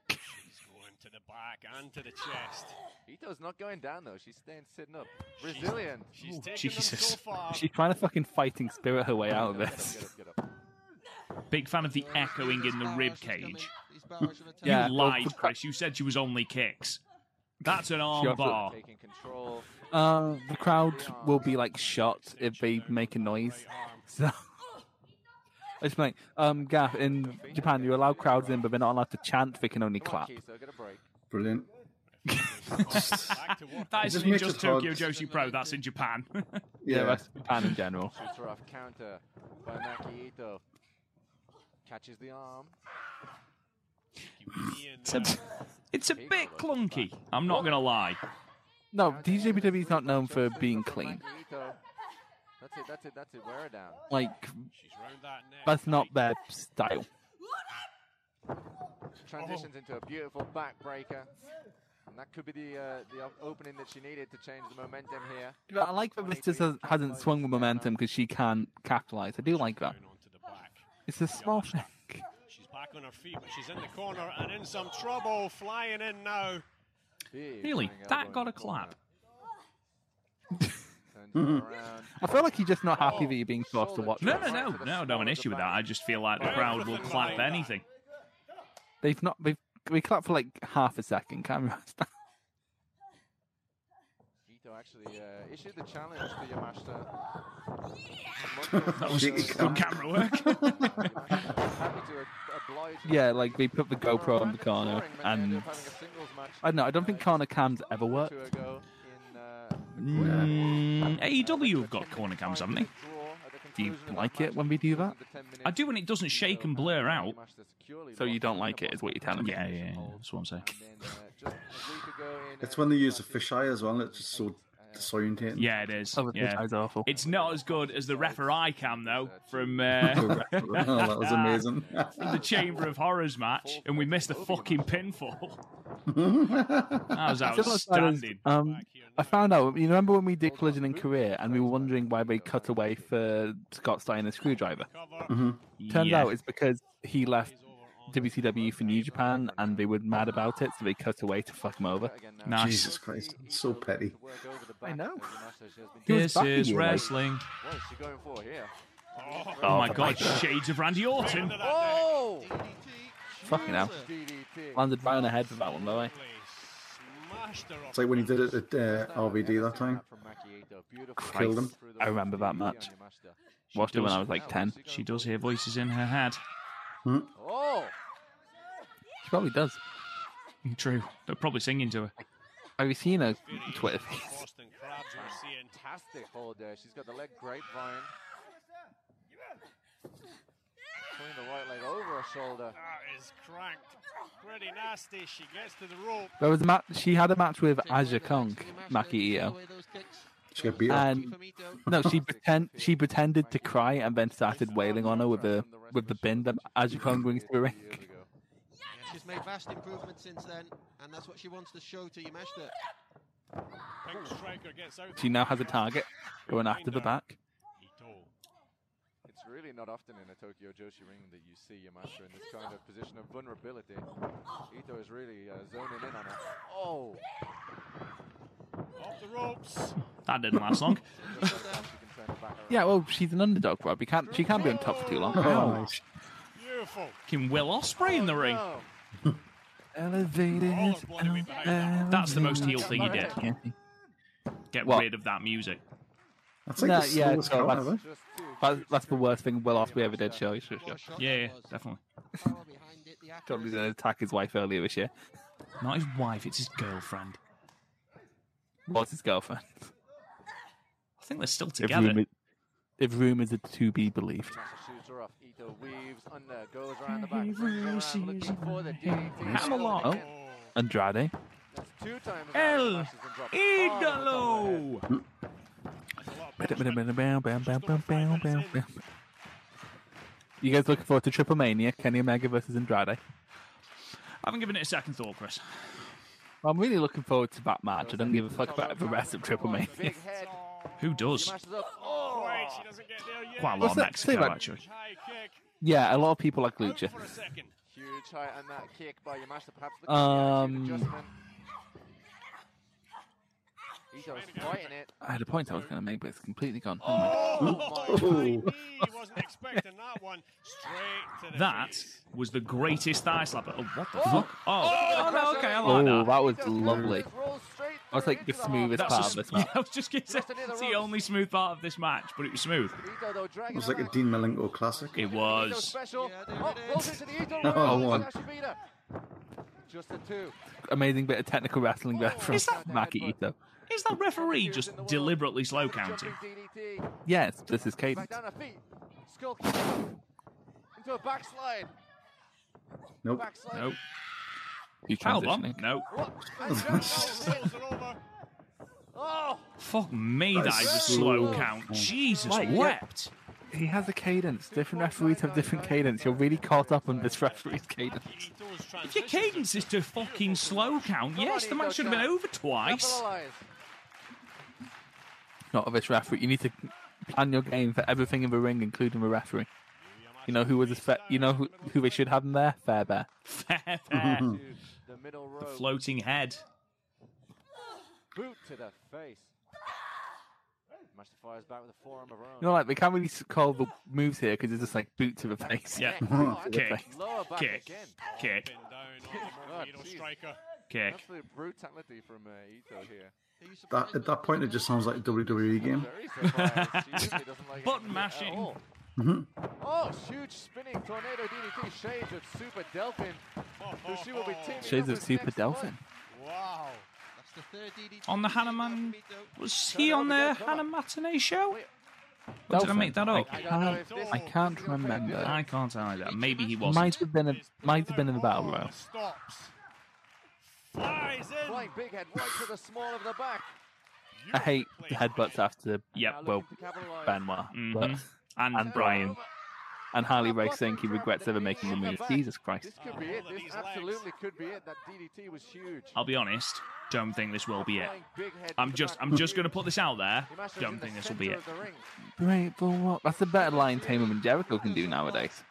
Speaker 6: She's going to the back and to the chest.
Speaker 5: Ito's not going down though. She's staying sitting up. Resilient.
Speaker 6: She's taken them
Speaker 1: Jesus.
Speaker 6: so
Speaker 3: [LAUGHS]
Speaker 6: far.
Speaker 3: She's trying to fucking fighting spirit her way out of
Speaker 5: Get up,
Speaker 3: this.
Speaker 5: get up, get up, get up.
Speaker 1: big fan of the
Speaker 7: Your
Speaker 1: echoing
Speaker 7: master's
Speaker 1: in the
Speaker 7: power
Speaker 1: rib
Speaker 7: is coming.
Speaker 1: cage.
Speaker 7: He's power should attack.
Speaker 3: Yeah.
Speaker 1: you
Speaker 3: well,
Speaker 1: lied,
Speaker 3: for cra-
Speaker 1: Chris. You said she was only kicks. That's an arm
Speaker 3: also-
Speaker 1: bar.
Speaker 5: Taking control.
Speaker 3: Um, the crowd will be like shocked if they make a noise. [LAUGHS] So it's like, um, Gaff, in Japan, you allow crowds in, but they're not allowed to chant. They can only
Speaker 5: Come on,
Speaker 3: clap.
Speaker 5: Keith, I'll get a break.
Speaker 2: Brilliant.
Speaker 6: Back to
Speaker 1: That
Speaker 2: It
Speaker 6: what?
Speaker 2: just
Speaker 1: isn't in
Speaker 2: makes
Speaker 1: just
Speaker 2: it hard.
Speaker 1: Tokyo Joshi Pro. That's in Japan.
Speaker 2: Yeah.
Speaker 3: that's Japan in general.
Speaker 5: Shoots off counter by Maki Ito. Catches the arm.
Speaker 6: Ian,
Speaker 1: it's, a, [LAUGHS] it's a bit clunky. I'm not gonna lie.
Speaker 3: No, DJPW E is not known for being clean.
Speaker 5: Maki Ito. That's it, that's it, that's it. Wear her down.
Speaker 3: Like,
Speaker 6: she's round that neck.
Speaker 3: that's not their style.
Speaker 5: Transitions into a beautiful backbreaker. And that could be the uh, the op- opening that she needed to change the momentum here.
Speaker 3: But I like that this just has, hasn't swung with momentum because she can capitalize. I do like that.
Speaker 6: Down onto the back.
Speaker 3: It's a small thing.
Speaker 6: She's back on her feet, but she's in the corner and in some trouble. Flying in now.
Speaker 5: Big
Speaker 1: Really,
Speaker 5: flying elbow
Speaker 1: that
Speaker 5: in
Speaker 1: got
Speaker 5: the
Speaker 1: a clap.
Speaker 5: corner. Turns it around.
Speaker 3: I feel like you're just not
Speaker 1: Oh,
Speaker 3: happy that you're being forced to watch.
Speaker 1: No,
Speaker 3: this.
Speaker 1: no, no, no. No, an issue with that. I just feel like the crowd will clap anything.
Speaker 3: They've not. They've we clapped for like half a second. Can't remember.
Speaker 5: Ito actually uh, issued the challenge to
Speaker 1: [LAUGHS]
Speaker 5: Yamashita.
Speaker 2: That was Shaky
Speaker 1: Good camera work.
Speaker 5: [LAUGHS] happy to ob- oblige.
Speaker 3: [LAUGHS] Yeah, like they put the GoPro on the corner,
Speaker 5: Scoring, they ended
Speaker 3: and
Speaker 5: up having a singles match
Speaker 3: I don't know. I don't think corner cams ever worked.
Speaker 5: two ago in, uh,
Speaker 1: [LAUGHS] Mm, AEW have got corner cams, haven't they?
Speaker 3: Do you like it when we do that?
Speaker 1: I do when it doesn't shake and blur out.
Speaker 3: So you don't like it, is what you're telling me?
Speaker 1: Yeah, yeah, yeah. That's what I'm saying.
Speaker 5: uh,
Speaker 2: It's when they use a fisheye as well. It's just so
Speaker 5: uh,
Speaker 2: disorientating.
Speaker 1: Yeah, it is.
Speaker 3: Oh, yeah.
Speaker 1: Yeah.
Speaker 3: was awful.
Speaker 1: It's not as good as the referee cam though from uh,
Speaker 2: [LAUGHS] oh,
Speaker 3: [LAUGHS]
Speaker 1: [LAUGHS]
Speaker 2: that was amazing.
Speaker 1: from
Speaker 2: [LAUGHS]
Speaker 1: the Chamber of Horrors match, and we missed a fucking pinfall. [LAUGHS] That was
Speaker 3: Similar side as,
Speaker 1: outstanding.
Speaker 3: um, I found out. You remember when we did Collision in Korea, and we were wondering why they cut away for Scott Steiner screwdriver. Turns
Speaker 1: Yeah.
Speaker 3: out it's because he left WCW for New Japan, and they were mad about it, so they cut away to fuck him over.
Speaker 5: uh,
Speaker 1: Nice.
Speaker 2: Jesus Christ. So petty.
Speaker 3: I know. He was
Speaker 1: This
Speaker 3: back a
Speaker 1: is
Speaker 3: year, like-
Speaker 1: wrestling.
Speaker 5: What's she going for here?
Speaker 1: Oh, my god, shades of Randy Orton.
Speaker 6: Under that neck.
Speaker 5: Oh!
Speaker 3: Fucking hell.
Speaker 5: DDT.
Speaker 3: Landed right on the head for that one, though. Eh?
Speaker 6: Smashed her
Speaker 2: It's like when he did it at uh, RVD that time. Killed him.
Speaker 3: I remember that match. Watched it when I was like ten.
Speaker 1: She does hear voices in her head.
Speaker 5: Oh!
Speaker 3: She probably does.
Speaker 1: True. They're probably singing to her.
Speaker 3: Have you seen her Twitter feed?
Speaker 6: Boston Crabs we're seeing.
Speaker 5: Fantastic hold there. She's got the leg grapevine. Pulling the right leg over her shoulder.
Speaker 6: That is cranked. Pretty nasty. She gets to the rope.
Speaker 3: There was a match. She had a match with
Speaker 7: Take away
Speaker 3: Aja
Speaker 7: the
Speaker 3: Kong,
Speaker 7: legs in the match,
Speaker 3: Maki
Speaker 7: then take
Speaker 3: Ito.
Speaker 7: away those kicks.
Speaker 2: She got beat up.
Speaker 3: And
Speaker 7: From Ito.
Speaker 3: [LAUGHS] no, she pretend she pretended to cry and then started wailing on her with the with the bin that Aja Kong brings to the ring.
Speaker 5: Years ago.
Speaker 7: Yeah, She's made vast improvements since then, and that's what she wants to show to Yamashita.
Speaker 6: Pink Striker gets out.
Speaker 3: She now has a target going after the back.
Speaker 6: Ito.
Speaker 5: It's really not often in a Tokyo Joshi ring that you see Yamashita in this kind of position of vulnerability. Ito is really uh, zoning in on her. Oh!
Speaker 6: Off the ropes.
Speaker 1: That didn't last long.
Speaker 5: Just like that, she can turn her back around.
Speaker 3: Yeah, well, she's an underdog, Rob. You can't she can't be on top for too long.
Speaker 2: Oh, nice.
Speaker 6: Beautiful.
Speaker 1: Fucking Will Osprey in the ring.
Speaker 5: Oh,
Speaker 3: Elevated.
Speaker 6: All her bloody way behind that.
Speaker 1: That's the most heel thing he did.
Speaker 3: elevated.
Speaker 1: Get
Speaker 3: What?
Speaker 1: rid of that music.
Speaker 2: That's like
Speaker 3: No,
Speaker 2: the
Speaker 3: yeah,
Speaker 2: slowest
Speaker 3: so
Speaker 2: count
Speaker 3: that's-
Speaker 2: ever.
Speaker 5: just too
Speaker 3: That's,
Speaker 5: cute.
Speaker 3: that's the worst thing Will Ospreay ever did, Shirley.
Speaker 7: What a shot
Speaker 1: Yeah,
Speaker 7: that
Speaker 1: yeah,
Speaker 7: was.
Speaker 1: definitely.
Speaker 7: Power behind it, the
Speaker 3: Don't
Speaker 7: accuracy.
Speaker 3: attack his wife earlier this year.
Speaker 1: Not his wife, it's his girlfriend.
Speaker 3: What's his girlfriend?
Speaker 1: I think they're still
Speaker 3: If,
Speaker 1: together.
Speaker 3: rumours- if rumors are to be believed.
Speaker 5: Smasher shoots her off. Ito weaves under, goes around the back, brings her around, looking for the DDT.
Speaker 1: Hammerlock.
Speaker 3: Oh, Andrade.
Speaker 5: That's two times
Speaker 1: El
Speaker 5: now the Smashers have dropped. Oh, the top of the head.
Speaker 1: Idolo!
Speaker 3: You guys looking forward to Triple Mania, Kenny Omega versus Andrade?
Speaker 1: I haven't given it a second thought, Chris.
Speaker 3: I'm really looking forward to that match. I don't give a fuck about the rest of Triple Mania. [LAUGHS]
Speaker 5: Big head.
Speaker 1: Who does?
Speaker 5: Smashes up. Oh,
Speaker 6: Wait, she doesn't get there yet.
Speaker 1: Quite a lot of
Speaker 3: What's that? Say
Speaker 1: Mexico,
Speaker 3: that.
Speaker 1: actually.
Speaker 6: High kick.
Speaker 3: Yeah, a lot of people like
Speaker 6: Out
Speaker 3: Lucha.
Speaker 6: for a second.
Speaker 5: huge height on that kick by Yamashita. Perhaps the
Speaker 3: Um,
Speaker 5: adjustment. Ito's fighting it.
Speaker 3: I had a point I was going to make, but it's completely gone. Oh my God.
Speaker 6: Oh, my
Speaker 2: Ooh.
Speaker 6: right knee wasn't expecting that one straight to the
Speaker 1: That
Speaker 6: face.
Speaker 1: was the greatest thigh slapper. Oh, what the fuck? Oh, oh, no, okay, I
Speaker 3: Oh,
Speaker 1: like that.
Speaker 3: that was lovely. That's like the smoothest
Speaker 1: That's
Speaker 3: part
Speaker 1: a
Speaker 3: of
Speaker 1: [LAUGHS]
Speaker 3: this
Speaker 1: sm-
Speaker 3: match.
Speaker 1: I was just going to say, it's the only smooth part of this match, but it was smooth.
Speaker 2: It was like a Dean Malenko classic.
Speaker 1: It was.
Speaker 7: Yeah, there it is.
Speaker 2: Oh, one.
Speaker 5: Just the two.
Speaker 3: Amazing bit of technical wrestling there from
Speaker 1: Is that-
Speaker 3: Maki Ito.
Speaker 1: Is that referee just deliberately slow counting?
Speaker 5: Jumping DDT.
Speaker 3: Yes, this is
Speaker 5: Back
Speaker 3: cadence.
Speaker 5: down her feet. Skull kick. Into a backslide.
Speaker 2: Nope.
Speaker 5: Backslide.
Speaker 1: Nope.
Speaker 3: You
Speaker 1: Hold on.
Speaker 3: transitioning.
Speaker 1: No.
Speaker 5: What? And down, oh,
Speaker 6: Rules are over.
Speaker 5: oh,
Speaker 1: Fuck me, that
Speaker 2: That
Speaker 1: is
Speaker 2: is
Speaker 1: a
Speaker 2: so
Speaker 1: slow
Speaker 5: cool.
Speaker 1: count. Jesus
Speaker 3: Like, yeah.
Speaker 1: wept.
Speaker 3: He has a cadence. Different referees have different cadence. You're really caught up on this referee's cadence.
Speaker 6: Ito's
Speaker 1: If your
Speaker 6: transitions
Speaker 1: cadence is to fucking slow count, yes, the match should have been over twice.
Speaker 5: capitalize.
Speaker 3: Not of this referee. You need to plan your game for everything in the ring, including the referee. You know who was a fe- you know who, who they should have in there. Fairbear.
Speaker 1: [LAUGHS] Fair, fair.
Speaker 5: [LAUGHS] To the middle row.
Speaker 1: The floating head.
Speaker 5: Boot to the face. Master fires back with a forearm of her own.
Speaker 3: [LAUGHS] You know, like they can't really s- call the moves here because it's just like boot to the face.
Speaker 1: Yeah.
Speaker 5: God,
Speaker 1: Kick.
Speaker 5: Oh, Lower back
Speaker 1: Kick.
Speaker 5: again.
Speaker 1: Kick.
Speaker 6: been down on the Mojito
Speaker 5: jeez.
Speaker 6: striker.
Speaker 1: Kick.
Speaker 5: Absolute brutality from uh, Ito here.
Speaker 7: Are you surprised
Speaker 2: That, at that point, it just sounds like a WWE game.
Speaker 5: Very surprised.
Speaker 3: [LAUGHS]
Speaker 5: She usually doesn't like
Speaker 1: Button
Speaker 5: it at
Speaker 1: mashing.
Speaker 5: all.
Speaker 3: Mm-hmm.
Speaker 5: Oh, huge spinning tornado DDT shades of Super Delphin. who she will be teaming
Speaker 3: Shades of
Speaker 5: up with
Speaker 3: Super
Speaker 5: next
Speaker 3: Delphin.
Speaker 5: month.
Speaker 6: Wow.
Speaker 7: That's the third DDT.
Speaker 1: On the
Speaker 7: we've seen
Speaker 1: Hanuman-
Speaker 7: now from Ito.
Speaker 1: Was he on the Hannah Matinee show? Or did I make that up?
Speaker 3: I can't, I can't remember.
Speaker 1: I can't tell you that. Maybe he wasn't.
Speaker 3: Might have been a, might have been in the battle royal.
Speaker 6: Stops. Flies in.
Speaker 5: Flying big head right to the small of the back.
Speaker 3: I hate the headbutts after Mm-hmm.
Speaker 5: Now
Speaker 1: Yep.
Speaker 5: looking
Speaker 3: well
Speaker 5: to capitalize.
Speaker 3: Benoit but,
Speaker 1: Mhm. And
Speaker 3: and
Speaker 1: Brian.
Speaker 3: [LAUGHS] Brian
Speaker 5: Oh,
Speaker 3: and Harley Ray saying he regrets ever making the move. Jesus Christ!
Speaker 5: This could be it.
Speaker 6: all of
Speaker 5: This
Speaker 6: these
Speaker 5: absolutely could be it. That DDT was huge.
Speaker 3: Oh,
Speaker 1: I'll be honest. Don't think this will be it.
Speaker 5: Flying big head
Speaker 1: I'm
Speaker 5: to the
Speaker 1: just,
Speaker 5: back.
Speaker 1: I'm just going to put this out there.
Speaker 5: Yamashita's in
Speaker 1: Don't
Speaker 5: the
Speaker 1: think this will be
Speaker 5: center
Speaker 1: it.
Speaker 5: of the ring.
Speaker 3: Right, but what? That's a better line Tamer than Jericho can do nowadays.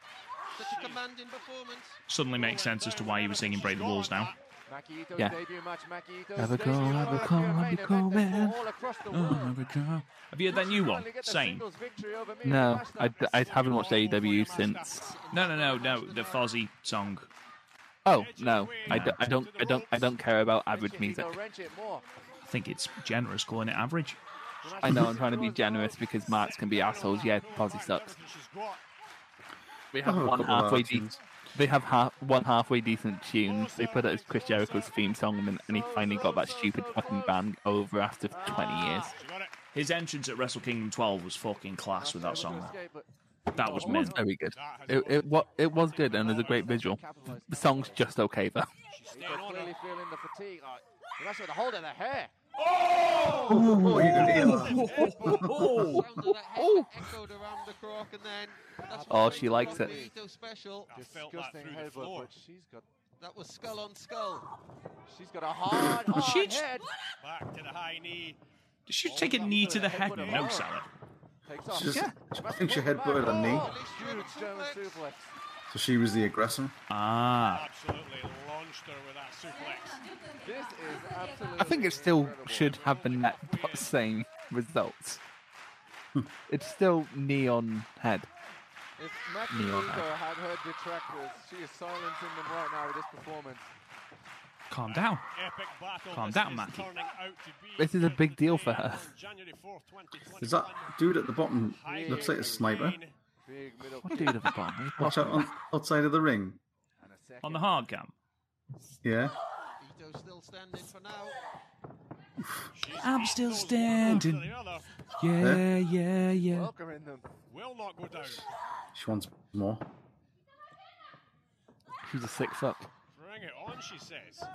Speaker 7: Such a commanding performance.
Speaker 1: Suddenly makes sense as to why you were singing "Break the Walls" now.
Speaker 5: Maki Ito's
Speaker 3: Yeah.
Speaker 5: debut match. Maki Ito's
Speaker 3: Have a
Speaker 5: debut
Speaker 3: go,
Speaker 5: match.
Speaker 3: have a
Speaker 5: Maki
Speaker 3: go,
Speaker 5: Ito's
Speaker 3: have a
Speaker 5: main
Speaker 3: go,
Speaker 5: event that's
Speaker 3: man. Oh,
Speaker 5: all across the world.
Speaker 1: Have you heard that new one? Same.
Speaker 3: No, I, I haven't watched AEW since.
Speaker 1: No, no, no, no. The Fozzy song.
Speaker 3: Oh no, I, do, I don't, I don't, I don't care about average music.
Speaker 1: I think it's generous calling it average.
Speaker 3: I know I'm trying to be generous because marks can be assholes. Yeah, Posy sucks.
Speaker 6: She's got
Speaker 3: They have
Speaker 2: I have a
Speaker 3: one
Speaker 2: couple of
Speaker 3: halfway decent.
Speaker 2: options.
Speaker 3: They have ha- one halfway decent tune. They put it as Chris Jericho's theme song, and, then- and he finally got that stupid fucking band over after 20 years.
Speaker 6: she got it.
Speaker 1: His entrance at Wrestle Kingdom 12 was fucking class with that song. That was
Speaker 3: It was
Speaker 1: mint.
Speaker 3: very good. It, it, wa- it was good, and there's a great visual. The song's just okay though.
Speaker 6: She's staying on her.
Speaker 5: Clearly feeling the fatigue. Oh, that's with a hold of the hair.
Speaker 2: Oh, you can hear that.
Speaker 7: The sound of that head echoed around the crock and then. That's
Speaker 3: Oh,
Speaker 7: what
Speaker 3: she
Speaker 7: made the
Speaker 3: likes it.
Speaker 7: Ito special.
Speaker 6: I felt that
Speaker 5: Disgusting
Speaker 6: through the
Speaker 5: headbutt,
Speaker 6: floor.
Speaker 5: but she's got
Speaker 7: That was skull on skull.
Speaker 5: she's got a hard, hard
Speaker 1: She just-
Speaker 5: head.
Speaker 6: Back to the high knee.
Speaker 1: Did she take a knee to the head? No, Sally.
Speaker 5: Takes off.
Speaker 2: She just,
Speaker 5: Yeah.
Speaker 2: I think she headbutted her knee,
Speaker 5: Oh, huge German suplex.
Speaker 2: so she was the aggressor.
Speaker 1: Ah.
Speaker 6: Absolutely launched her with that suplex.
Speaker 5: This is absolutely.
Speaker 3: I think it still
Speaker 5: incredible.
Speaker 3: should have the net same results. it's still neon head.
Speaker 5: If Maki
Speaker 3: Neil
Speaker 5: Ito
Speaker 3: Mack.
Speaker 5: had her detractors, she is silencing them right now with this performance.
Speaker 1: Calm down.
Speaker 6: Epic battle.
Speaker 1: Calm
Speaker 6: this
Speaker 1: down,
Speaker 6: is
Speaker 1: Matthew.
Speaker 6: turning out to be
Speaker 3: This is a big deal for
Speaker 6: entertaining
Speaker 3: her.
Speaker 6: on January 4th, 2021.
Speaker 2: Is that dude at the bottom?
Speaker 6: High
Speaker 2: Looks like a sniper.
Speaker 6: gain.
Speaker 5: Big middle
Speaker 3: What
Speaker 5: kick
Speaker 3: dude of a [LAUGHS] bomb?
Speaker 2: Watch out on, outside of the ring.
Speaker 5: and a second.
Speaker 1: On the hard cam.
Speaker 2: Yeah.
Speaker 7: Ito's still standing for now.
Speaker 6: She's
Speaker 1: I'm
Speaker 6: beat
Speaker 1: still
Speaker 6: those one after
Speaker 1: standing.
Speaker 6: the other.
Speaker 1: Yeah,
Speaker 3: Eh?
Speaker 1: yeah, yeah.
Speaker 5: Welcoming them.
Speaker 6: Will not go down.
Speaker 2: She wants more. [LAUGHS]
Speaker 3: She's a sick fuck.
Speaker 6: Bring it on, she says.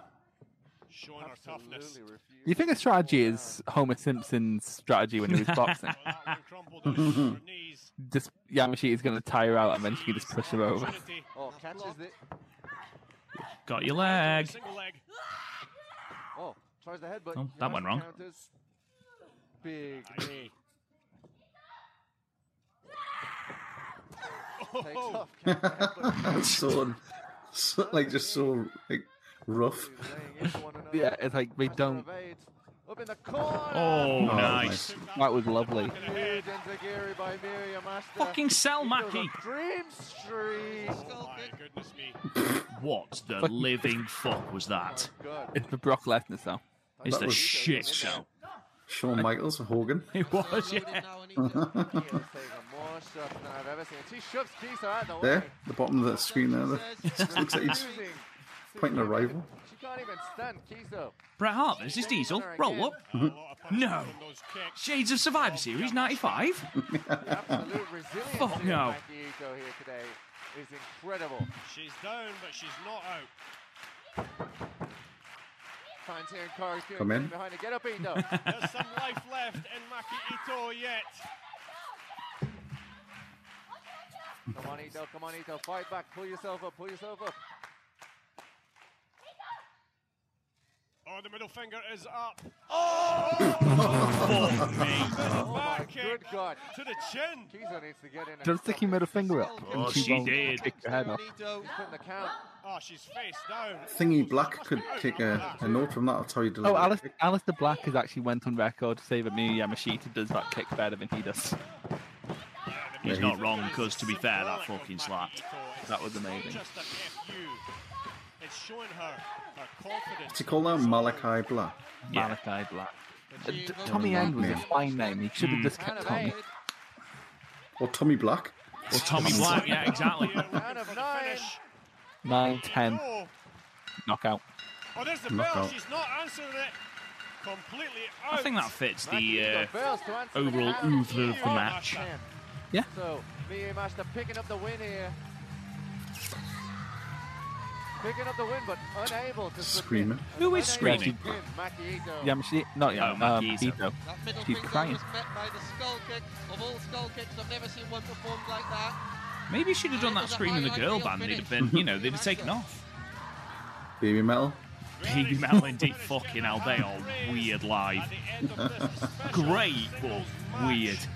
Speaker 6: Showing her toughness. [LAUGHS]
Speaker 5: Absolutely refuse.
Speaker 3: You think a strategy is Homer Simpson's strategy when he was
Speaker 1: [LAUGHS]
Speaker 3: boxing?
Speaker 6: Well, that one crumpled on
Speaker 3: [LAUGHS]
Speaker 6: her knees.
Speaker 3: Just Yamashita is going to tie her out and then she can just push her over.
Speaker 6: Opportunity.
Speaker 5: Oh, catches it.
Speaker 1: Got your leg.
Speaker 6: Single leg.
Speaker 5: Oh, tries the headbutt.
Speaker 1: Oh, that went
Speaker 5: Yamashita
Speaker 1: wrong.
Speaker 5: counters. Big
Speaker 6: High knee.
Speaker 5: takes
Speaker 6: Oh.
Speaker 5: off. counter headbutt.
Speaker 2: That's so, so like just so like rough.
Speaker 5: Laying into one another.
Speaker 3: Yeah, it's like they
Speaker 5: Master
Speaker 3: don't.
Speaker 5: evades. Up in the corner.
Speaker 1: Oh,
Speaker 2: Oh,
Speaker 1: nice.
Speaker 6: Took
Speaker 3: That was lovely.
Speaker 5: Huge Enziguri by Miria Master.
Speaker 1: Fucking sell,
Speaker 5: He goes
Speaker 1: Mackie.
Speaker 5: up Dream Street.
Speaker 6: Oh my goodness me.
Speaker 1: What the
Speaker 3: Fucking-
Speaker 1: living fuck was that? [LAUGHS]
Speaker 5: Good.
Speaker 3: It's the Brock Lesnar cell.
Speaker 1: It's
Speaker 2: That
Speaker 1: the
Speaker 2: was-
Speaker 1: shit show.
Speaker 2: Shawn Michaels, Hogan.
Speaker 1: It was, yeah.
Speaker 5: He has taken more shots than I've ever seen. She shoves Kisa out the
Speaker 2: There,
Speaker 5: way.
Speaker 2: the bottom of that screen there. there. Looks like he's
Speaker 5: Refusing to
Speaker 2: pointing a
Speaker 5: give
Speaker 2: rival.
Speaker 5: in. She can't even stand
Speaker 2: [LAUGHS]
Speaker 5: Kiso.
Speaker 1: Bret Hart versus Diesel. Roll up.
Speaker 6: A lot of punishment
Speaker 1: No.
Speaker 6: from those kicks.
Speaker 1: Shades of Survivor Series 95.
Speaker 5: The absolute resilience
Speaker 1: Fuck
Speaker 5: of
Speaker 1: no.
Speaker 5: Maki Ito here today is incredible.
Speaker 6: She's down, but she's not out.
Speaker 5: Fans here in Corey's doing
Speaker 2: Come in.
Speaker 5: something behind her. Get up, Ito.
Speaker 1: [LAUGHS]
Speaker 6: There's some life left in Maki Ito yet.
Speaker 5: Come on, Ito. Come on, Ito. Fight back. Pull yourself up. Pull yourself up.
Speaker 6: Oh, the middle finger is up. Oh! Fuck me. There's a back kick
Speaker 5: Good God.
Speaker 6: to the chin.
Speaker 5: Kiso needs to get in.
Speaker 3: Just stick your middle finger up.
Speaker 7: Oh,
Speaker 3: and
Speaker 1: she
Speaker 3: won't
Speaker 1: did.
Speaker 3: Kick your head off.
Speaker 5: Put the count.
Speaker 6: Oh, she's face down.
Speaker 2: Thingy Black could take a, a note from that. That's how you deliver.
Speaker 3: Oh,
Speaker 2: a
Speaker 3: Alice,
Speaker 2: kick.
Speaker 3: Alistair Black has actually went on record to say that Miyu Yamashita does that kick better than he does.
Speaker 1: He's
Speaker 2: Yeah,
Speaker 1: not
Speaker 2: he-
Speaker 1: wrong, because to be fair, that fucking
Speaker 6: slap.
Speaker 1: slapped.
Speaker 3: That was amazing.
Speaker 6: Just an FU. It's showing her her confidence.
Speaker 2: What's he called now? Malachi Black.
Speaker 1: Yeah. Mm.
Speaker 3: Malachi Black. Uh, T- Tommy End was a
Speaker 2: Yeah.
Speaker 3: fine name. He should have just
Speaker 5: Round
Speaker 3: kept
Speaker 5: of
Speaker 3: Tommy.
Speaker 5: eight.
Speaker 2: Or Tommy Black.
Speaker 1: Or Tommy Black, yeah, [LAUGHS] exactly.
Speaker 6: Here, looking
Speaker 5: Round of
Speaker 6: for the
Speaker 5: nine.
Speaker 6: finish.
Speaker 3: Nine, ten,
Speaker 6: No.
Speaker 3: knockout.
Speaker 6: Oh, there's the bell.
Speaker 2: Knockout.
Speaker 6: She's not answering it. Completely out.
Speaker 1: I think that fits
Speaker 5: Maki
Speaker 1: the
Speaker 5: Ito
Speaker 1: uh,
Speaker 5: fails to answer the
Speaker 1: overall
Speaker 5: count.
Speaker 1: oeuvre of the match.
Speaker 5: Ten.
Speaker 3: Yeah.
Speaker 5: So, Miyu Master picking up the win here. Picking up the win, but unable to submit.
Speaker 2: Screaming.
Speaker 1: Who is
Speaker 5: Unable to
Speaker 1: screaming?
Speaker 5: pin Maki Ito.
Speaker 3: Yamashita, not Yam,
Speaker 1: Oh,
Speaker 3: um,
Speaker 1: Makisa.
Speaker 3: Ito.
Speaker 7: That middle
Speaker 3: She's
Speaker 7: finger
Speaker 3: crying.
Speaker 7: was met by the skull kick. Of all skull kicks, I've never seen one performed like that.
Speaker 1: Maybe she'd have done that scream in the girl band. They'd have been, you know, they'd have taken off.
Speaker 2: Baby Metal.
Speaker 1: Baby Metal and Deep fucking hell, they are weird live.
Speaker 6: At the end of
Speaker 1: [LAUGHS]
Speaker 6: this special
Speaker 1: Great, but
Speaker 6: singles
Speaker 1: weird.
Speaker 6: match,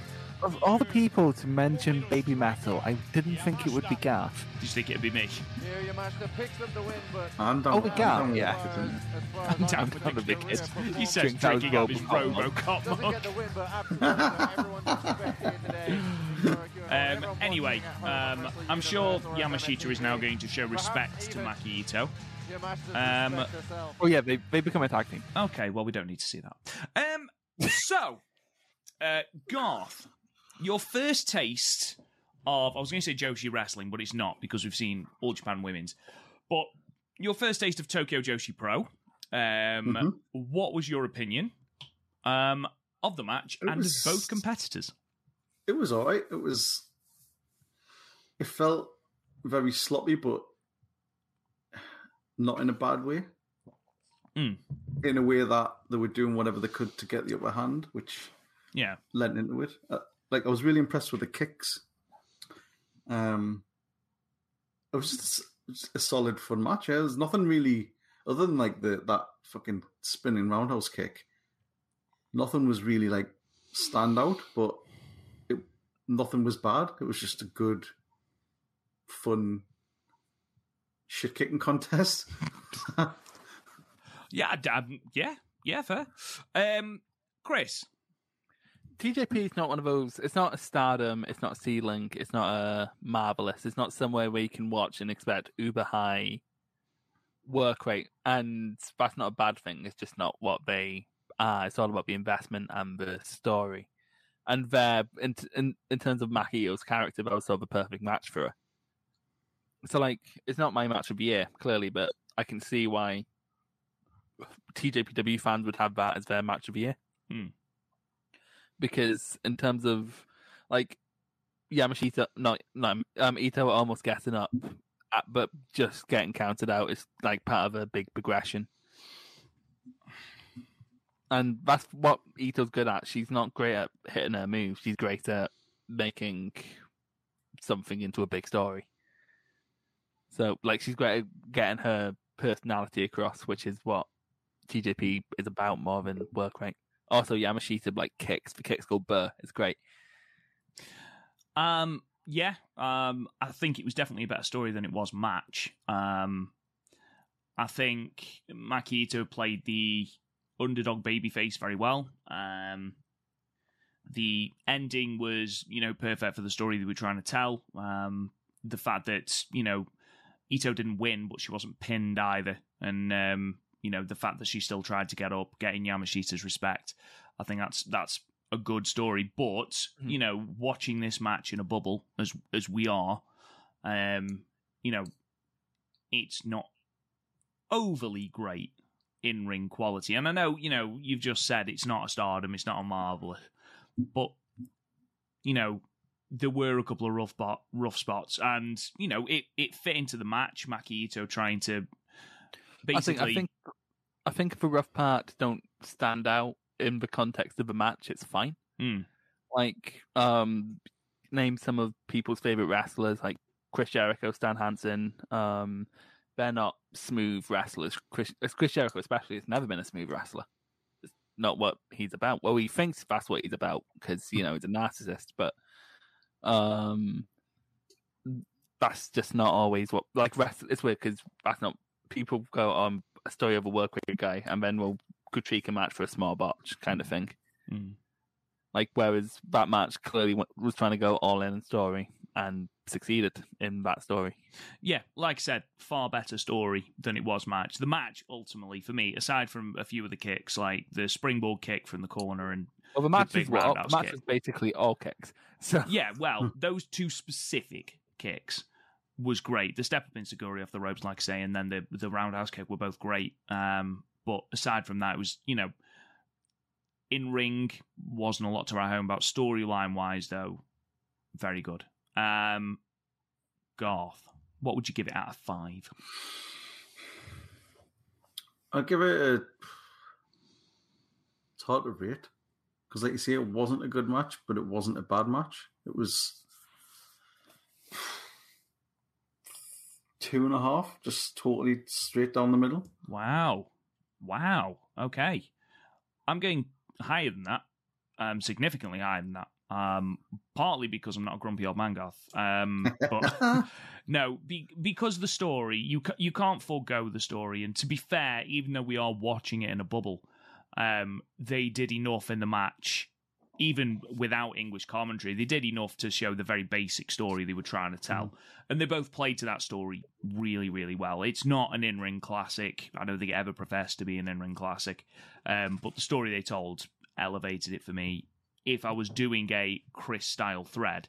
Speaker 3: Of all the people to mention Baby Metal, I didn't think it would be Garth.
Speaker 1: Did you think it'd be me? [LAUGHS]
Speaker 5: Miyu Master picks up the win, but
Speaker 2: I'm
Speaker 1: uh,
Speaker 2: down.
Speaker 3: Oh, the
Speaker 2: I'm
Speaker 3: gap,
Speaker 2: down with
Speaker 3: yeah.
Speaker 2: that,
Speaker 5: as
Speaker 2: isn't it?
Speaker 5: far as I'm
Speaker 1: Down
Speaker 5: concerned,
Speaker 1: on the
Speaker 5: career
Speaker 1: biggest. He
Speaker 5: performance-
Speaker 1: says
Speaker 3: Drink that was
Speaker 1: drinking up his
Speaker 3: Global
Speaker 1: Robocop [LAUGHS]
Speaker 5: Doesn't
Speaker 1: mug.
Speaker 5: get the win, but absolutely everyone's respected today.
Speaker 1: Um, anyway, um, I'm sure Yamashita is now going to show respect to Maki Ito. um,
Speaker 3: Oh, yeah, they, they become a tag team.
Speaker 1: Okay, well, we don't need to see that. Um, [LAUGHS] so, uh, Garth, your first taste of, I was going to say Joshi wrestling, but it's not because we've seen All Japan Women's. But your first taste of Tokyo Joshi Pro, um,
Speaker 2: Mm-hmm.
Speaker 1: what was your opinion um, of the match
Speaker 2: It
Speaker 1: and
Speaker 2: was-
Speaker 1: of both competitors?
Speaker 2: It was all right. It was. It felt very sloppy, but not in a bad way.
Speaker 1: Mm.
Speaker 2: In a way that they were doing whatever they could to get the upper hand, which
Speaker 1: Yeah.
Speaker 2: lent into it. Uh, like I was really impressed with the kicks. Um, it was just a solid fun match. Yeah. There's nothing really other than like the that fucking spinning roundhouse kick. Nothing was really like standout, but it, nothing was bad. It was just a good, fun shit kicking contest. [LAUGHS]
Speaker 1: Yeah, I- I- yeah, yeah, fair. Um, Chris,
Speaker 3: TJP is not one of those. It's not a stardom. It's not a ceiling. It's not a marvelous. It's not somewhere where you can watch and expect uber high work rate. And that's not a bad thing. It's just not what they are. It's all about the investment and the story. And there, in in, in terms of Maki Ito's character, that was sort of a perfect match for her. So, like, it's not my match of the year, clearly, but I can see why TJPW fans would have that as their match of the year because in terms of like Yamashita, not no, um, Ito are almost getting up, uh, but just getting counted out is like part of a big progression, and that's what Ito's good at. She's not great at hitting her moves; she's great at making something into a big story. So, like, she's great at getting her personality across, which is what TJP is about more than work rate. Also, Yamashita like kicks. The kicks called Burr. It's great.
Speaker 1: Um, yeah, um, I think it was definitely a better story than it was match. Um, I think Makito played the underdog babyface very well. Um, the ending was, you know, perfect for the story they were trying to tell. Um, the fact that, you know, Ito didn't win, but she wasn't pinned either. And, um, you know, the fact that she still tried to get up, getting Yamashita's respect. I think that's that's a good story. But,
Speaker 3: Mm-hmm.
Speaker 1: you know, watching this match in a bubble as as we are, um, you know, it's not overly great in ring quality. And I know, you know, you've just said it's not a stardom, it's not a marvel, but you know, there were a couple of rough bo- rough spots, and you know, it it fit into the match. Maki Ito trying to basically.
Speaker 3: I think I think I think if a rough part don't stand out in the context of a match, it's fine.
Speaker 1: Mm.
Speaker 3: Like um name some of people's favorite wrestlers like Chris Jericho, Stan Hansen, um they're not smooth wrestlers. Chris, Chris Jericho especially has never been a smooth wrestler. It's not what he's about. Well, he thinks that's what he's about because you know he's a narcissist, but um, that's just not always what like wrestling. It's weird because that's not people go on a story of a work rate guy and then we'll critique a match for a small botch kind of thing.
Speaker 1: Mm.
Speaker 3: Like whereas that match clearly wa- was trying to go all in on story and succeeded in that story.
Speaker 1: yeah, like I said, far better story than it was match. The match ultimately for me, aside from a few of the kicks, like the springboard kick from the corner and
Speaker 3: Well, the match
Speaker 1: big
Speaker 3: is what
Speaker 1: roundhouse
Speaker 3: the match
Speaker 1: kick.
Speaker 3: is basically all kicks. So
Speaker 1: Yeah, well, those two specific kicks was great. The step up in Seguri off the ropes, like I say, and then the the roundhouse kick were both great. Um, but aside from that, it was you know, in ring wasn't a lot to write home about. Storyline wise, though, very good. Um, Garth, what would you give it out of five?
Speaker 2: I'll give it a. It's hard to rate because, like you say, it wasn't a good match, but it wasn't a bad match. It was two and a half, just totally straight down the middle.
Speaker 1: Wow, wow. Okay, I'm going higher than that. Um, significantly higher than that. Um, partly because I'm not a grumpy old man, Garth. Um, but no, be, because the story you ca- you can't forego the story. And to be fair, even though we are watching it in a bubble, um, they did enough in the match, even without English commentary. They did enough to show the very basic story they were trying to tell, and they both played to that story really, really well. It's not an in ring classic. I don't think it ever professed to be an in ring classic, um, but the story they told elevated it for me. If I was doing a Chris style thread,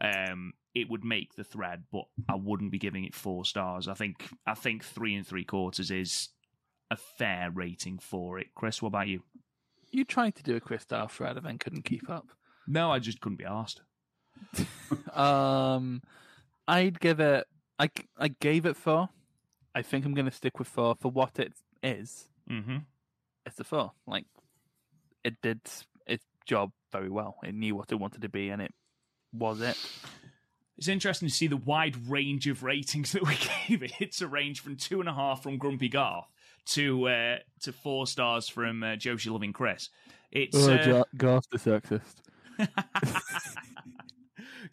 Speaker 1: um, it would make the thread, but I wouldn't be giving it four stars. I think I think three and three quarters is a fair rating for it. Chris, what about you?
Speaker 3: [LAUGHS] you tried to do a Chris style thread and then couldn't keep up.
Speaker 1: No, I just couldn't be asked.
Speaker 3: Um, I'd give it. I I gave it four. I think I'm going to stick with four for what it is.
Speaker 1: Mm-hmm.
Speaker 3: It's a four. Like it did its job very well. It knew what it wanted to be, and it was it.
Speaker 1: It's interesting to see the wide range of ratings [LAUGHS] that we gave it. It's a range from two and a half from Grumpy Garth to uh, to four stars from uh, Joshi Loving Chris. It's uh,
Speaker 3: Garth the sexist.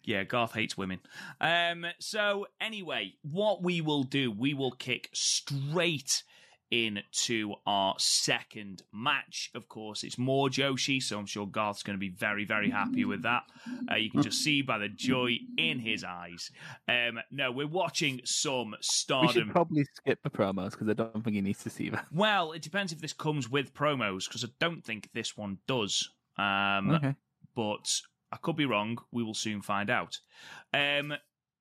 Speaker 1: yeah, Garth hates women. Um, so anyway, what we will do, we will kick straight into our second match. Of course, it's more Joshi, so I'm sure Garth's going to be very, very happy with that. Uh, you can just see by the joy in his eyes. Um, no, we're watching some
Speaker 3: We should
Speaker 1: Stardom.
Speaker 3: probably skip the promos because I don't think he needs to see that.
Speaker 1: Well, it depends if this comes with promos because I don't think this one does. Um,
Speaker 3: Okay.
Speaker 1: but I could be wrong. We will soon find out. Um,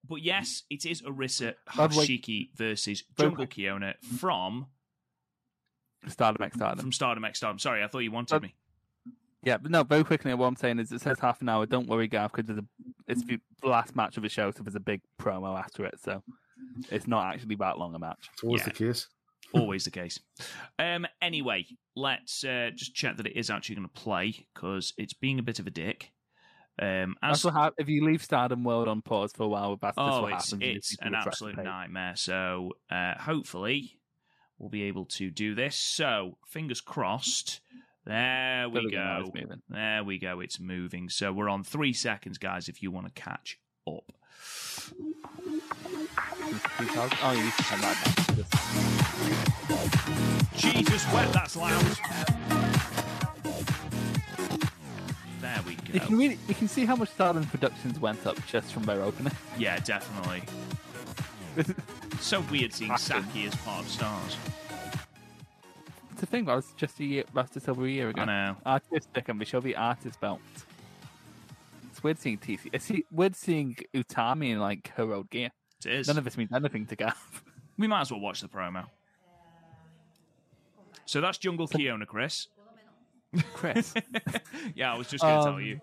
Speaker 1: but yes, it is Arisa
Speaker 3: By the way-
Speaker 1: Hoshiki versus
Speaker 3: By the
Speaker 1: Jungle Kiona from
Speaker 3: Stardom X Stardom.
Speaker 1: from Stardom X Stardom. Sorry, I thought you wanted
Speaker 3: But-
Speaker 1: me.
Speaker 3: Yeah, but no, very quickly, what I'm saying is it says half an hour. Don't worry, Gav, because it's the the last match of the show, so there's a big promo after it, so it's not actually that long a match.
Speaker 2: It's always
Speaker 1: Yeah.
Speaker 2: the case.
Speaker 1: Always the case. Um, anyway, let's uh, just check that it is actually going to play because it's being a bit of a dick. Um, as
Speaker 3: That's what hap- if you leave Stardom World on pause for a while, that's just
Speaker 1: oh,
Speaker 3: what
Speaker 1: it's
Speaker 3: happens. and
Speaker 1: it's
Speaker 3: people
Speaker 1: an
Speaker 3: retract the
Speaker 1: absolute
Speaker 3: page.
Speaker 1: nightmare. So uh, hopefully we'll be able to do this. So fingers crossed. There we
Speaker 3: Doesn't matter,
Speaker 1: go.
Speaker 3: it's moving.
Speaker 1: There we go. It's moving. So we're on three seconds, guys, if you want to catch up.
Speaker 3: Oh, you can turn that down. Just-
Speaker 1: Jesus wept, that's loud. There we go.
Speaker 3: You [LAUGHS] can really you can see how much Stardom Productions went up just from their opening.
Speaker 1: Yeah, definitely. so weird seeing Saki as part of Stars.
Speaker 3: [LAUGHS] It's a thing that was just a year, that's just over a year ago.
Speaker 1: I know.
Speaker 3: Artistic, and we show the artist belt. It's weird seeing TC. It's see- weird seeing Utami in like her old gear.
Speaker 1: It is.
Speaker 3: None of this means anything to Gav.
Speaker 1: We might as well watch the promo. So that's Jungle Kiona,
Speaker 3: [LAUGHS]
Speaker 1: Chris. [LAUGHS]
Speaker 3: [LAUGHS] Chris.
Speaker 1: Yeah, I was just going to tell
Speaker 3: Um,
Speaker 1: you.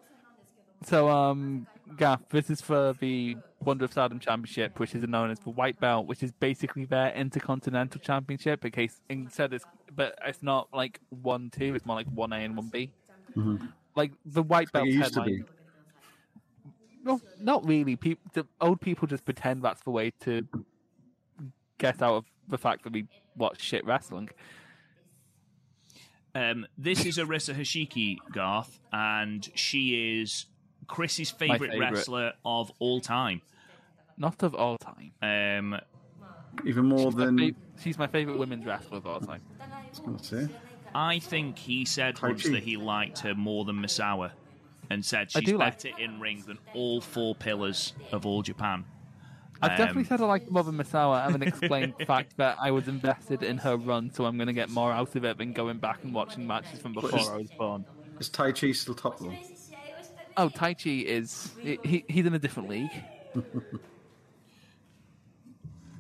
Speaker 3: so, um, Gav, this is for the Wonder of Stardom Championship, which is known as the White Belt, which is basically their Intercontinental Championship. In case instead, it's but it's not like one two; it's more like one A and one B. Like the
Speaker 2: Mm-hmm.
Speaker 3: White
Speaker 2: Like
Speaker 3: Belt
Speaker 2: it used to
Speaker 3: headline-
Speaker 2: be.
Speaker 3: No, not really. People, the old people just pretend that's the way to get out of the fact that we watch shit wrestling.
Speaker 1: Um, this is Arisa Hashiki, Garth, and she is Chris's favorite,
Speaker 3: favourite.
Speaker 1: wrestler of all time.
Speaker 3: Not of all time.
Speaker 1: Um,
Speaker 2: Even more
Speaker 3: My
Speaker 2: than.
Speaker 3: fa- she's my favorite women's wrestler of all time.
Speaker 2: Let's see.
Speaker 1: I think he said
Speaker 2: Tai
Speaker 1: once
Speaker 2: Chi.
Speaker 1: that he liked her more than Misawa and said
Speaker 3: I
Speaker 1: she's
Speaker 3: do like-
Speaker 1: better in ring than all four pillars of all Japan.
Speaker 3: I've definitely
Speaker 1: Um,
Speaker 3: said I like Mother Misawa. I haven't explained [LAUGHS] the fact that I was invested in her run, so I'm going to get more out of it than going back and watching matches from before
Speaker 2: is-
Speaker 3: I was born.
Speaker 2: Is Tai Chi still top though?
Speaker 3: Oh, Tai Chi is he, he, he's in a different league.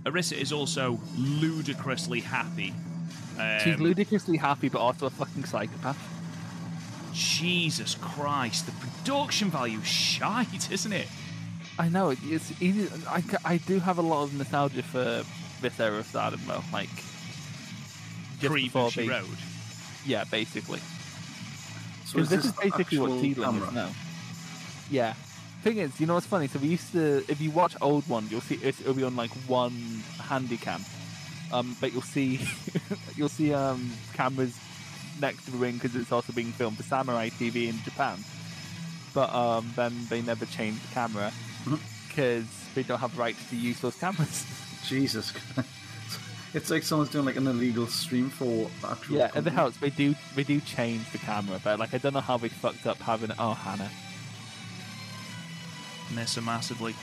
Speaker 1: Arisa is also ludicrously happy.
Speaker 3: She's
Speaker 1: Um,
Speaker 3: ludicrously happy, but also a fucking psychopath.
Speaker 1: Jesus Christ, the production value [LAUGHS] shite, isn't it?
Speaker 3: I know it- it's easy. I, ca- I do have a lot of nostalgia for this era of Stardom, though. Like just
Speaker 1: Pre
Speaker 3: before
Speaker 1: Bushy
Speaker 3: they-
Speaker 1: Road.
Speaker 3: yeah, basically.
Speaker 2: So
Speaker 3: Because this is basically what
Speaker 2: actual
Speaker 3: T-Lin is
Speaker 2: camera?
Speaker 3: now. Yeah. Thing is, you know what's funny? So we used to, if you watch old one, you'll see it's- it'll be on like one handy cam, um, but you'll see [LAUGHS] you'll see um cameras next to the ring because it's also being filmed for Samurai TV in Japan. But um, then they never changed the camera because they don't have rights to use those cameras.
Speaker 2: Jesus Christ. [LAUGHS] It's like someone's doing like an illegal stream for actual.
Speaker 3: [LAUGHS] yeah, at the
Speaker 2: company.
Speaker 3: house they do they do change the camera, but like I don't know how they fucked up having oh Hannah.
Speaker 1: Miss her massively.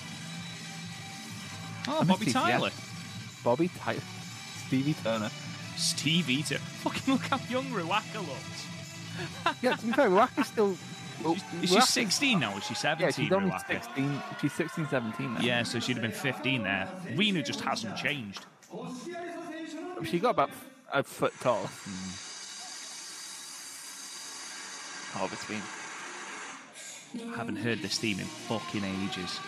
Speaker 1: Oh,
Speaker 3: miss
Speaker 1: Bobby
Speaker 3: TTS.
Speaker 1: Tyler.
Speaker 3: Bobby Tyler, Stevie
Speaker 1: [LAUGHS]
Speaker 3: Turner.
Speaker 1: Steve Eater. Fucking look how young Ruaka looks.
Speaker 3: Yeah, to be fair, Ruaka's still. Well,
Speaker 1: Is she 16 now? Is she
Speaker 3: Yeah,
Speaker 1: 17,
Speaker 3: she's only
Speaker 1: Ruaka?
Speaker 3: 16. She's 16, 17 now.
Speaker 1: Yeah, so she'd have been 15 there. Rena just hasn't changed.
Speaker 3: She got about f- a foot tall.
Speaker 1: Hmm.
Speaker 3: Oh, between.
Speaker 1: haven't heard this theme in fucking ages.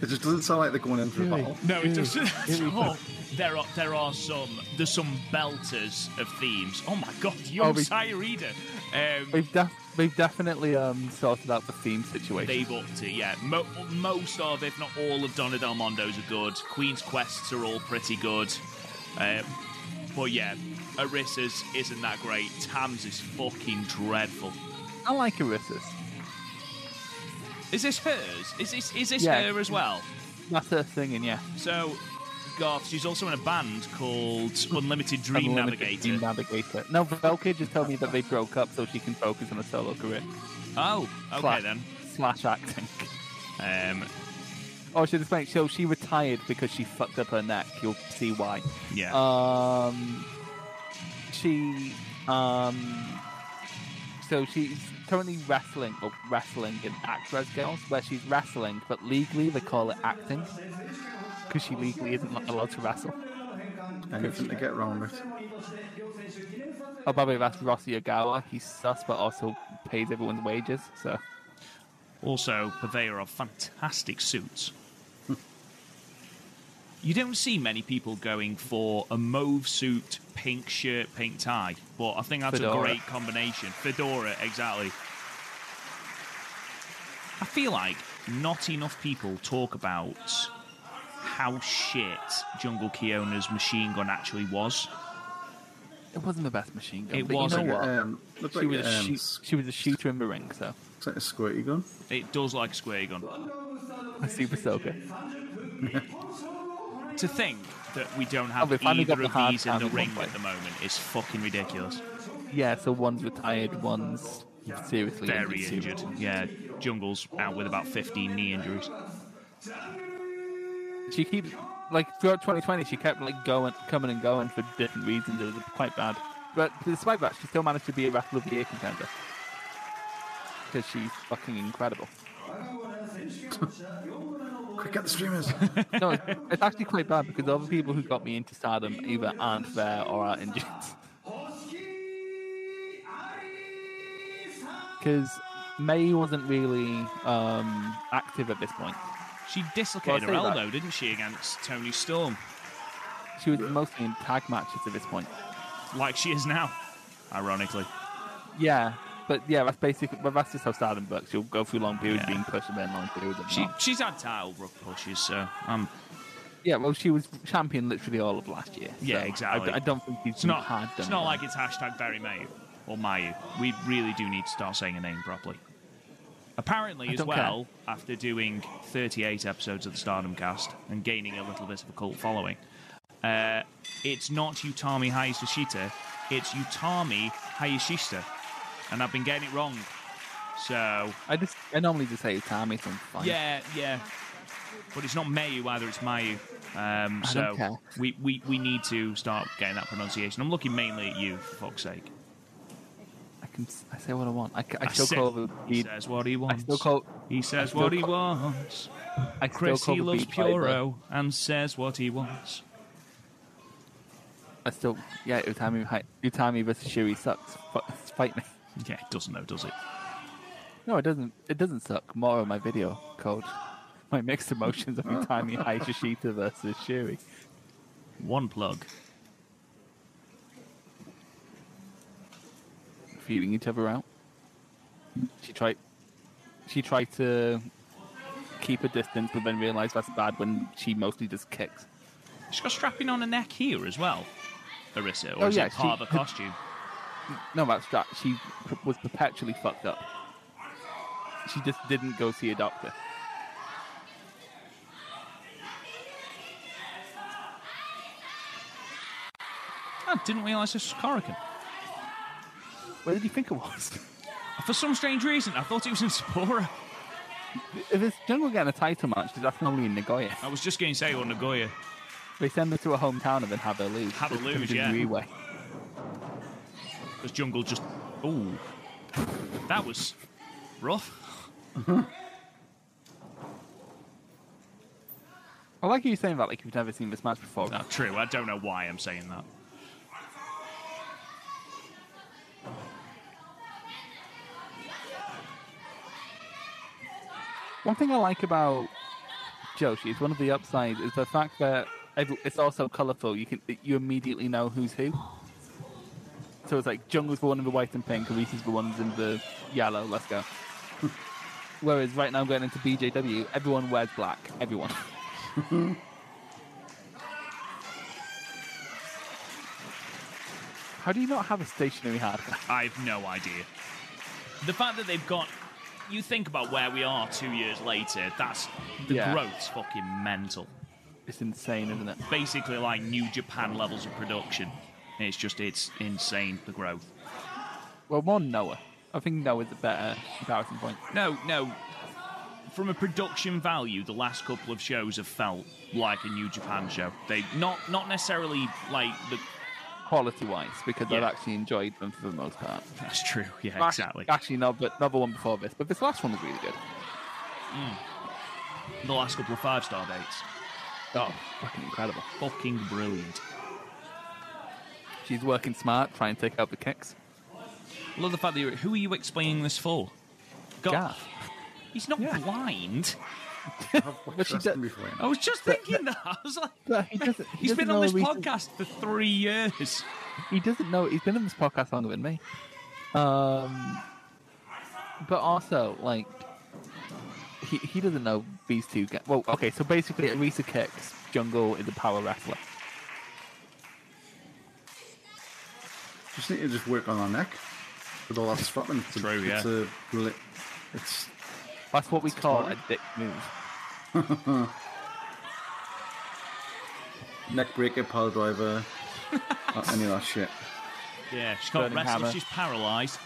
Speaker 2: It just doesn't sound like they're going in for a battle.
Speaker 1: No, it doesn't. [LAUGHS] there are there are some there's some belters of themes. Oh my god, young
Speaker 3: Oh, we-
Speaker 1: Sairida. Um,
Speaker 3: They've, def- they've definitely um, sorted out the theme situation.
Speaker 1: they've up to yeah. Mo- most of, if not all, of Donna Del Mondo's are good. Queen's quests are all pretty good. Um, but yeah, Arissa's isn't that great. Tam's is fucking dreadful.
Speaker 3: I like Arissa's.
Speaker 1: Is this hers? Is this is this
Speaker 3: Yeah.
Speaker 1: her as well?
Speaker 3: That's her singing, yeah.
Speaker 1: So, Garth, she's also in a band called Unlimited Dream
Speaker 3: Unlimited
Speaker 1: Navigator.
Speaker 3: Dream Navigator. No, Velka just told me that they broke up so she can focus on a solo career.
Speaker 1: Oh, okay
Speaker 3: slash,
Speaker 1: then.
Speaker 3: Slash acting.
Speaker 1: Um,
Speaker 3: Oh, I should explain. So she retired because she fucked up her neck. You'll see why.
Speaker 1: yeah.
Speaker 3: Um, she um, so she's currently wrestling or wrestling in actress girls, where she's wrestling, but legally they call it acting because she legally isn't lo- allowed to wrestle.
Speaker 2: Anything to get round it.
Speaker 3: Oh, by the way, that's Rossi Ogawa. He's sus, but also pays everyone's wages. So
Speaker 1: also, purveyor of fantastic suits. [LAUGHS] you don't see many people going for a mauve suit, pink shirt, pink tie, but I think that's a
Speaker 3: Fedora.
Speaker 1: great combination. Fedora, exactly. I feel like not enough people talk about how shit Jungle Kiona's machine gun actually was.
Speaker 3: it wasn't the best machine gun.
Speaker 1: It
Speaker 3: but You
Speaker 1: wasn't. uh,
Speaker 3: know what?
Speaker 2: Um, looks
Speaker 3: she
Speaker 2: like,
Speaker 3: was a
Speaker 2: um,
Speaker 3: shoot,
Speaker 2: s-
Speaker 3: she was a shooter in the ring, so [LAUGHS]
Speaker 2: looks like a squirty gun.
Speaker 1: It does like a square gun.
Speaker 3: a super soaker.
Speaker 1: To think that we don't have
Speaker 3: Oh, we finally got
Speaker 1: either
Speaker 3: the
Speaker 1: of
Speaker 3: hard
Speaker 1: these in
Speaker 3: time
Speaker 1: the
Speaker 3: in
Speaker 1: ring
Speaker 3: one
Speaker 1: at the moment is fucking ridiculous.
Speaker 3: Yeah, so one's retired, one's seriously
Speaker 1: Very
Speaker 3: seriously
Speaker 1: injured. Yeah, Jungle's out with about 15 knee injuries.
Speaker 3: She keeps like throughout 2020, she kept like going, coming and going for different reasons. It was quite bad, but despite that, she still managed to be a Wrestle of the Year contender because she's fucking incredible.
Speaker 2: Quick, get the [LAUGHS] streamers.
Speaker 3: No,
Speaker 1: [LAUGHS]
Speaker 3: it's- it's actually quite bad because the other people who got me into Stardom either aren't there or are injured. Because May wasn't really um, active at this point.
Speaker 1: She dislocated her
Speaker 3: Well, I say that-
Speaker 1: elbow, didn't she, against Tony Storm,
Speaker 3: She was mostly in tag matches at this point.
Speaker 1: like she is now, ironically.
Speaker 3: Yeah, but yeah, that's basically. But that's just how Stardom works. You'll go through long periods
Speaker 1: Yeah.
Speaker 3: being pushed and then long periods. Of
Speaker 1: She,
Speaker 3: not.
Speaker 1: she's had title rough pushes, so um,
Speaker 3: Yeah, well, she was champion literally all of last year.
Speaker 1: Yeah,
Speaker 3: so I-
Speaker 1: exactly.
Speaker 3: I, don't think she's
Speaker 1: it's not
Speaker 3: hard.
Speaker 1: It's not like it's hashtag Barry Mayu or Mayu. We really do need to start saying her name properly. Apparently,
Speaker 3: I
Speaker 1: as
Speaker 3: don't
Speaker 1: well, after doing 38 episodes of the Stardom cast and gaining a little bit of a cult following, uh, it's not Utami Hayashishita, it's Utami Hayashishita. And I've been getting it wrong. So,
Speaker 3: I just I normally just say Utami, so I'm fine.
Speaker 1: yeah, yeah. But it's not Mayu either, it's Mayu. Um,
Speaker 3: I
Speaker 1: so
Speaker 3: don't care.
Speaker 1: We, we, we need to start getting that pronunciation. I'm looking mainly at you, for fuck's sake.
Speaker 3: I can s- I say what I want. I, c- I
Speaker 1: I
Speaker 3: still
Speaker 1: said-
Speaker 3: call the
Speaker 1: He
Speaker 3: beat.
Speaker 1: says what he wants.
Speaker 3: still call-
Speaker 1: he says
Speaker 3: still
Speaker 1: what he
Speaker 3: call-
Speaker 1: wants.
Speaker 3: I still
Speaker 1: Chris,
Speaker 3: call
Speaker 1: he
Speaker 3: the
Speaker 1: loves
Speaker 3: beat by the-
Speaker 1: Puro and says what he wants.
Speaker 3: I still yeah Utami hi- Utami versus Shuri sucks. F- Fight me.
Speaker 1: Yeah, it doesn't know, does it?
Speaker 3: No, it doesn't. It doesn't suck. More of my video code. My mixed
Speaker 1: [LAUGHS]
Speaker 3: emotions of Utami Hayashishita versus Shuri.
Speaker 1: One plug.
Speaker 3: feeling each other out. She tried. She tried to keep a distance, but then realised that's bad when she mostly just kicks.
Speaker 1: She's got strapping on her neck here as well, Arissa, or
Speaker 3: Oh,
Speaker 1: is
Speaker 3: yeah,
Speaker 1: it part
Speaker 3: she-
Speaker 1: of her costume?
Speaker 3: No, that's that. She p- was perpetually fucked up. She just didn't go see a doctor.
Speaker 1: I Ah, didn't realise this was Corican.
Speaker 3: Where did you think it was? [LAUGHS]
Speaker 1: For some strange reason, I thought it was in Sapporo.
Speaker 3: if it's Jungle getting a title match, that's normally in Nagoya.
Speaker 1: I was just going to say, well, Nagoya.
Speaker 3: They send her to her hometown and then have her lose.
Speaker 1: Have her
Speaker 3: It's
Speaker 1: lose, yeah.
Speaker 3: WWE way.
Speaker 1: Because Jungle just. Ooh. That was rough.
Speaker 3: I like you saying that like you've never seen this match before.
Speaker 1: Not Ah, true. I don't know why I'm saying that.
Speaker 3: One thing I like about Joshi is one of the upsides is the fact that every, it's also colourful. You can you immediately know who's who. So it's like Jungle's the one in the white and pink, Arisa's the ones in the yellow. Let's go. [LAUGHS] Whereas right now I'm going into BJW, everyone wears black. Everyone. [LAUGHS] How do you not have a stationary hardware?
Speaker 1: I have no idea. The fact that they've got. You think about where we are two years later, that's. The
Speaker 3: Yeah.
Speaker 1: growth's fucking mental.
Speaker 3: It's insane, isn't it?
Speaker 1: Basically, like New Japan levels of production. It's just, it's insane, the growth.
Speaker 3: Well, more Noah. I think Noah's a better comparison point.
Speaker 1: No, no. From a production value, the last couple of shows have felt like a New Japan show. They not not necessarily like the. [LAUGHS]
Speaker 3: quality wise because I've
Speaker 1: Yeah.
Speaker 3: actually enjoyed them for the most part.
Speaker 1: That's true. Yeah,
Speaker 3: Actually-
Speaker 1: exactly.
Speaker 3: Actually, no, but another one before this, but this last one was really good.
Speaker 1: The last couple of five star dates,
Speaker 3: Oh, fucking incredible!
Speaker 1: fucking brilliant.
Speaker 3: She's working smart, trying to take out the kicks.
Speaker 1: Love the fact that you're, who are you explaining this for? God,
Speaker 3: Gaff.
Speaker 1: he's not
Speaker 3: Yeah.
Speaker 1: blind.
Speaker 2: I've
Speaker 3: But
Speaker 2: watched
Speaker 3: she
Speaker 2: wrestling
Speaker 3: did-
Speaker 2: before.
Speaker 1: I was just thinking that. I was like,
Speaker 3: But he doesn't- [LAUGHS] he
Speaker 1: he's
Speaker 3: doesn't
Speaker 1: been on
Speaker 3: know
Speaker 1: this
Speaker 3: the reason-
Speaker 1: podcast for three years.
Speaker 3: He doesn't know he's been on this podcast longer than me. Um, but also like he he doesn't know these two. Guys. Well, okay, so basically, Arisa kicks. Jungle is a power wrestler.
Speaker 2: Just need to just work on our neck with all that strapping. It's a-
Speaker 1: True, yeah.
Speaker 2: It's, a, bl- it's
Speaker 3: That's what we call a
Speaker 2: hard.
Speaker 3: dick move.
Speaker 2: neck breaker,
Speaker 1: [LAUGHS]
Speaker 2: power driver, uh, any of that shit.
Speaker 1: Yeah, she's got
Speaker 3: Burning
Speaker 1: wrestled.
Speaker 3: hammer.
Speaker 1: She's paralysed.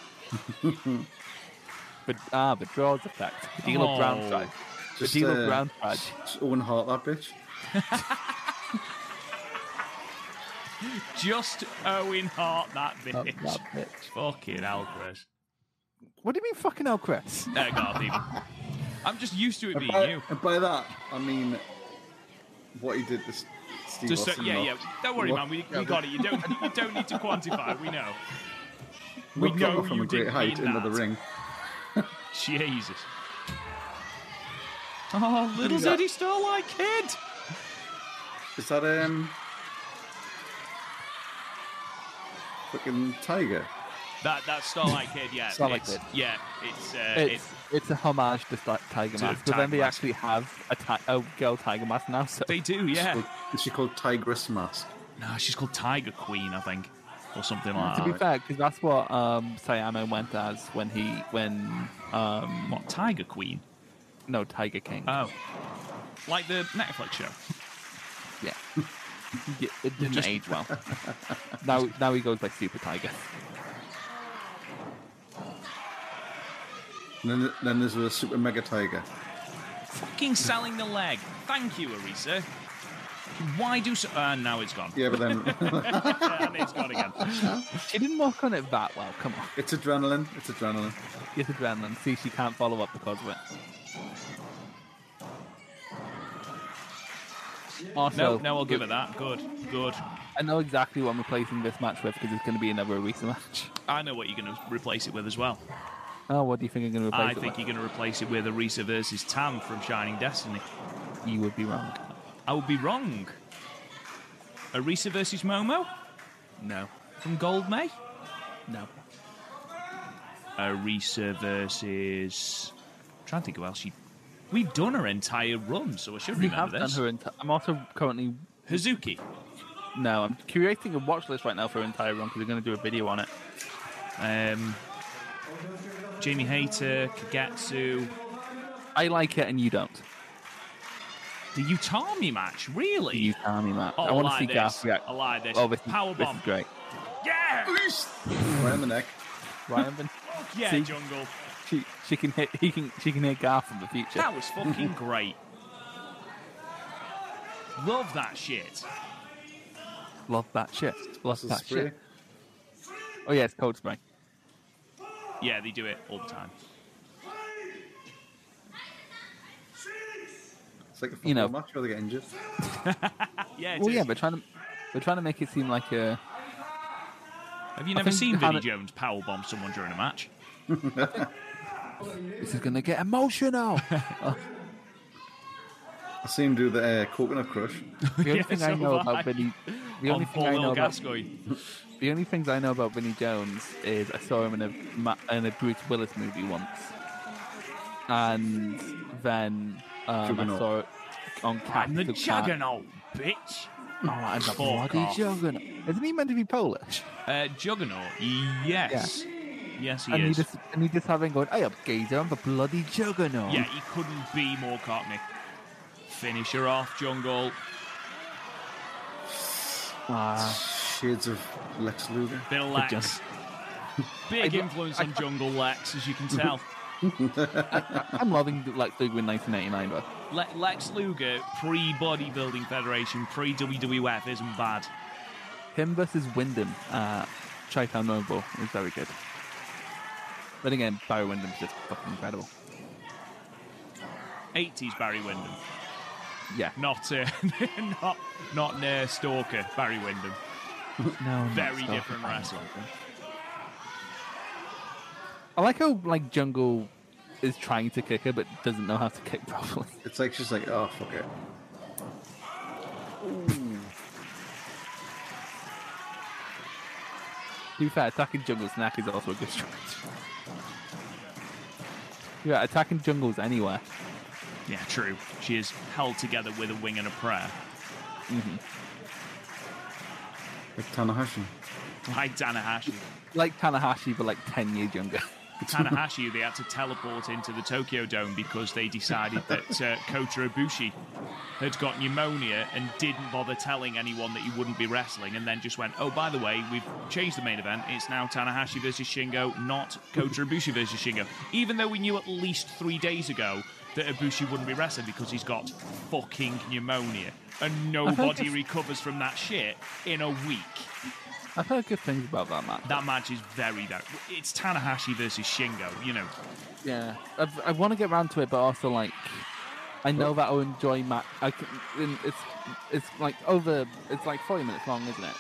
Speaker 3: But ah, but draws effect. The deal of ground
Speaker 1: Oh.
Speaker 3: strike. The
Speaker 2: Just,
Speaker 3: deal of
Speaker 2: uh,
Speaker 3: ground strike.
Speaker 2: Just Owen Hart, that bitch.
Speaker 1: Just Owen Hart, that
Speaker 3: Oh,
Speaker 1: bitch.
Speaker 3: that bitch.
Speaker 1: Fucking hell, Chris.
Speaker 3: What do you mean, fucking hell, Chris?
Speaker 1: No, God, even.
Speaker 3: [LAUGHS]
Speaker 1: I'm just used to it
Speaker 2: And
Speaker 1: being
Speaker 2: by,
Speaker 1: you.
Speaker 2: and by that, I mean what he did to S- Steve
Speaker 1: Just so,
Speaker 2: Austin.
Speaker 1: yeah,
Speaker 2: look-
Speaker 1: yeah. Don't worry,
Speaker 2: look-
Speaker 1: man. We,
Speaker 2: yeah,
Speaker 1: we
Speaker 2: but
Speaker 1: got it. You don't. You don't need to quantify. We know. We
Speaker 2: look at
Speaker 1: know
Speaker 2: her from
Speaker 1: you
Speaker 2: a great
Speaker 1: didn't
Speaker 2: height
Speaker 1: mean
Speaker 2: into the
Speaker 1: that.
Speaker 2: ring.
Speaker 3: [LAUGHS]
Speaker 1: Jesus. Oh, little
Speaker 2: Who's that?
Speaker 1: Eddie Starlight kid.
Speaker 2: Is that um fucking Tiger?
Speaker 1: That that Starlight kid. Yeah.
Speaker 3: Starlight
Speaker 1: it's-
Speaker 3: kid.
Speaker 1: Yeah. It's. Uh,
Speaker 3: It's
Speaker 1: it's
Speaker 3: it's a homage to Sti- Tiger
Speaker 1: To
Speaker 3: Mask. But
Speaker 1: Tiger
Speaker 3: then they
Speaker 1: Mask.
Speaker 3: actually have a, ti- a girl Tiger Mask now. So
Speaker 1: they do. Yeah.
Speaker 2: Well, Is she called Tigress Mask?
Speaker 1: No, she's called Tiger Queen, I think, or something like
Speaker 3: to be
Speaker 1: that.
Speaker 3: fair, because that's what um, Sayamo went as when he when um,
Speaker 1: What Tiger Queen?
Speaker 3: no Tiger King.
Speaker 1: Oh, like the Netflix show. [LAUGHS]
Speaker 3: yeah. Yeah, It didn't age well. now, now he goes by Super Tiger.
Speaker 2: And then then there's a super mega tiger.
Speaker 1: Fucking selling the leg. Thank you, Arisa. Why do so? Uh, now it's gone.
Speaker 2: Yeah, but then [LAUGHS]
Speaker 1: and [LAUGHS] it's gone
Speaker 3: [LAUGHS]
Speaker 1: again.
Speaker 3: She didn't work on it that well. Come on,
Speaker 2: it's adrenaline. It's adrenaline.
Speaker 3: get adrenaline. See, she can't follow up because of it. Also,
Speaker 1: No, no, I'll give it that. Good, good.
Speaker 3: I know exactly what I'm replacing this match with because it's going to be another Arisa match. [LAUGHS]
Speaker 1: I know what you're going to replace it with as well.
Speaker 3: Oh, what do you think I'm going to replace
Speaker 1: I
Speaker 3: it
Speaker 1: think
Speaker 3: with?
Speaker 1: you're going to replace it with Arisa versus Tam from Shining Destiny.
Speaker 3: You... would be wrong.
Speaker 1: I would be wrong. Arisa versus Momo
Speaker 3: No,
Speaker 1: from Gold May.
Speaker 3: no.
Speaker 1: Arisa versus. I'm trying to think who else she. We've done her entire run, so I should
Speaker 3: We
Speaker 1: remember
Speaker 3: have done
Speaker 1: this.
Speaker 3: her. Enti- I'm also currently
Speaker 1: Hazuki.
Speaker 3: no. I'm curating a watch list right now for her entire run because we're going to do a video on it.
Speaker 1: Um, Jamie Hayter, Kagetsu,
Speaker 3: I like it and you don't.
Speaker 1: the Utami match, really?
Speaker 3: The You Utami match.
Speaker 1: Oh,
Speaker 3: I want to
Speaker 1: like
Speaker 3: see
Speaker 1: this.
Speaker 3: Gaff react.
Speaker 1: I like this.
Speaker 3: Oh, this, is-
Speaker 1: Power
Speaker 3: this
Speaker 1: bomb.
Speaker 3: is great.
Speaker 1: yeah!
Speaker 2: Right in the neck.
Speaker 3: Ryan, Van-
Speaker 1: Fuck yeah,
Speaker 3: See?
Speaker 1: Jungle.
Speaker 3: she, she can hit. He can. She can hit Gaff in the future.
Speaker 1: That was
Speaker 3: [LAUGHS]
Speaker 1: fucking great. Love that shit.
Speaker 3: Love that shit. Love
Speaker 2: It's a
Speaker 3: that
Speaker 2: spray.
Speaker 3: shit. Oh yeah, it's cold spray.
Speaker 1: Yeah, they do it all the time.
Speaker 2: It's like a football
Speaker 3: You know.
Speaker 2: match where they get injured.
Speaker 1: Yeah, it
Speaker 3: Well,
Speaker 1: is.
Speaker 3: yeah, we're trying to we're trying to make it seem like uh, a.
Speaker 1: Have you never
Speaker 3: think
Speaker 1: seen Vinnie
Speaker 3: Hannah-
Speaker 1: Jones powerbomb someone during a match?
Speaker 3: This is gonna get emotional.
Speaker 2: I see him do the uh, coconut crush.
Speaker 3: The only
Speaker 1: [LAUGHS] Yeah,
Speaker 3: thing
Speaker 1: so
Speaker 3: I know
Speaker 1: have I.
Speaker 3: about Vinny, the
Speaker 1: On
Speaker 3: only
Speaker 1: poor
Speaker 3: thing I
Speaker 1: Will
Speaker 3: know about,
Speaker 1: Gascoigne.
Speaker 3: the only things I know about Vinny Jones is I saw him in a ma- in a Bruce Willis movie once, and then um, I
Speaker 2: Juggernaut.
Speaker 3: saw it on Cat.
Speaker 1: I'm the
Speaker 3: to Cat.
Speaker 1: Juggernaut, bitch.
Speaker 3: Oh, I'm the
Speaker 1: Fuck
Speaker 3: bloody
Speaker 1: off.
Speaker 3: Juggernaut. Isn't he meant to be Polish?
Speaker 1: Uh, juggernaut, yes. Yes, he
Speaker 3: and
Speaker 1: is.
Speaker 3: he just and he just having going, hey up, Gator, I'm the bloody Juggernaut.
Speaker 1: Yeah, he couldn't be more Cockney. Finish her off, Jungle.
Speaker 3: Ah,
Speaker 2: Shades of Lex Luger.
Speaker 1: Bill Lex. Big
Speaker 3: [LAUGHS] I-
Speaker 1: influence on Jungle Lex, as you can tell.
Speaker 3: [LAUGHS] I'm loving like Luger in 1989, but
Speaker 1: Le- Lex Luger, pre Bodybuilding Federation, pre WWF, isn't bad.
Speaker 3: Him versus Wyndham at Chi-Town Noble is very good. Then again, Barry Wyndham's just fucking incredible.
Speaker 1: 80s Barry Windham,
Speaker 3: Yeah.
Speaker 1: not uh, [LAUGHS] not not near Stalker Barry Windham.
Speaker 3: No. not
Speaker 1: Very
Speaker 3: Stalker,
Speaker 1: different
Speaker 3: Barry
Speaker 1: wrestling.
Speaker 3: Windham. I like how like Jungle is trying to kick her but doesn't know how to kick properly. [LAUGHS]
Speaker 2: It's like she's like, oh fuck it.
Speaker 3: to be fair, attacking Jungle's neck is also a good strategy. Yeah, attacking jungles anywhere.
Speaker 1: Yeah, true. She is held together with a wing and a prayer.
Speaker 2: Like Tanahashi.
Speaker 1: like Tanahashi.
Speaker 3: Like Tanahashi, but like 10 years younger. [LAUGHS]
Speaker 1: Tanahashi, they had to teleport into the Tokyo Dome because they decided that uh, Kota Ibushi had got pneumonia and didn't bother telling anyone that he wouldn't be wrestling, and then just went, "Oh, by the way, we've changed the main event. It's now Tanahashi versus Shingo, not Kota Ibushi versus Shingo." Even though we knew at least three days ago that Ibushi wouldn't be wrestling because he's got fucking pneumonia, and nobody recovers from that shit in a week.
Speaker 3: I've heard good things about that match.
Speaker 1: That match is very that. It's Tanahashi versus Shingo. You know,
Speaker 3: Yeah, I've, I want to get round to it, but also like, I know that I'll enjoy match. I can, and it's it's like over. It's like forty minutes long, isn't it?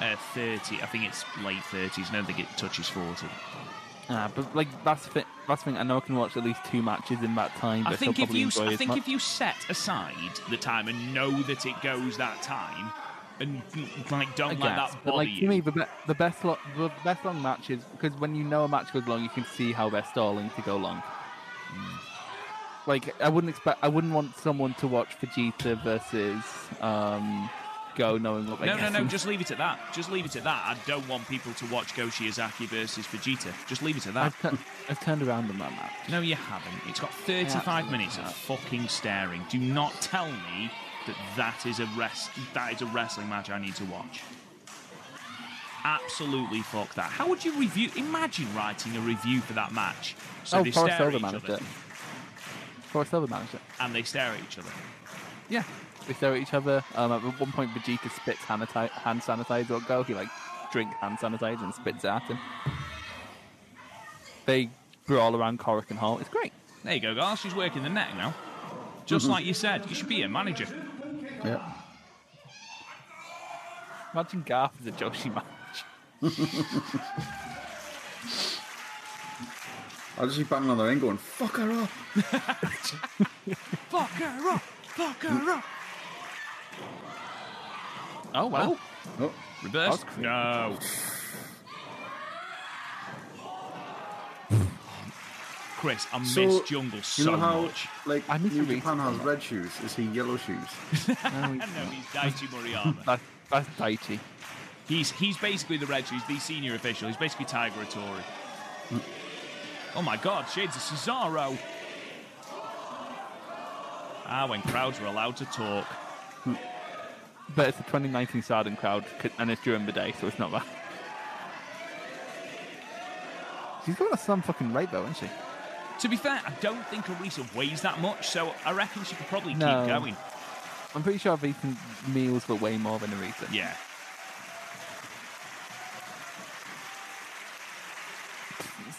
Speaker 1: uh, thirty. I think it's late thirties. I don't think it touches forty.
Speaker 3: Uh, but like that's fit. That's the thing. I know I can watch at least two matches in that time. But
Speaker 1: I think
Speaker 3: still
Speaker 1: if
Speaker 3: probably
Speaker 1: you,
Speaker 3: enjoy
Speaker 1: I
Speaker 3: as
Speaker 1: think
Speaker 3: much.
Speaker 1: if you set aside the time and know that it goes that time, and like don't
Speaker 3: I
Speaker 1: let
Speaker 3: guess.
Speaker 1: that
Speaker 3: but
Speaker 1: bother
Speaker 3: like to
Speaker 1: you.
Speaker 3: me, the, be- the best lo- the best long matches because when you know a match goes long, you can see how they're stalling to go long. Mm. Like I wouldn't expect, I wouldn't want someone to watch Vegeta versus um, Go knowing what they
Speaker 1: no, no,
Speaker 3: get
Speaker 1: no.
Speaker 3: from-
Speaker 1: Just leave it at that. Just leave it at that. I don't want people to watch Goshi Izaki versus Vegeta. Just leave it at that.
Speaker 3: I've, tu- [LAUGHS] I've turned around on that match.
Speaker 1: No, you haven't. It's got
Speaker 3: I
Speaker 1: 35
Speaker 3: haven't.
Speaker 1: minutes of fucking staring. Do not tell me that that is a rest. That is a wrestling match I need to watch. Absolutely fuck that. How would you review? Imagine writing a review for that match. So
Speaker 3: oh,
Speaker 1: they
Speaker 3: Forrest
Speaker 1: stare at
Speaker 3: Silver
Speaker 1: each
Speaker 3: managed
Speaker 1: other
Speaker 3: it. Forrest Silver managed it.
Speaker 1: and they stare at each other.
Speaker 3: Yeah. They stare at each other. Um, at one point, Vegeta spits hanati- hand sanitizer at Go. He, like, drinks hand sanitizer and spits it at him. They brawl around Korakuen Hall. It's great.
Speaker 1: There you go, guys. She's working the neck now.
Speaker 3: Mm-hmm.
Speaker 1: Just like you said, you should be a manager.
Speaker 2: Yeah.
Speaker 3: Imagine Garth as a Joshi match. [LAUGHS]
Speaker 2: I'll just be banging on the ring going, fuck her up.
Speaker 1: Fuck her up. Fuck her up.
Speaker 3: Oh, wow.
Speaker 2: Oh,
Speaker 1: Reverse.
Speaker 3: That's
Speaker 1: No. Chris, I
Speaker 2: So,
Speaker 1: miss Jungle so
Speaker 2: you know how,
Speaker 1: much.
Speaker 2: like,
Speaker 3: I need to
Speaker 2: New
Speaker 3: read
Speaker 2: Japan has
Speaker 3: something.
Speaker 2: red shoes? Is he yellow shoes? [LAUGHS]
Speaker 1: I know he's Daichi Moriyama.
Speaker 3: That's, that's Daichi.
Speaker 1: he's he's basically the red shoes, the senior official. He's basically Tiger Atori. Oh my God, shades of Cesaro. Ah, when crowds were allowed to talk.
Speaker 3: But it's the 2019 Sardin crowd, c- and it's during the day, so it's not that. She's got some fucking rate, though, isn't she?
Speaker 1: To be fair, I don't think Arisa weighs that much, so I reckon she could probably
Speaker 3: No.
Speaker 1: keep going.
Speaker 3: I'm pretty sure I've eaten meals for way more than a reason.
Speaker 1: Yeah.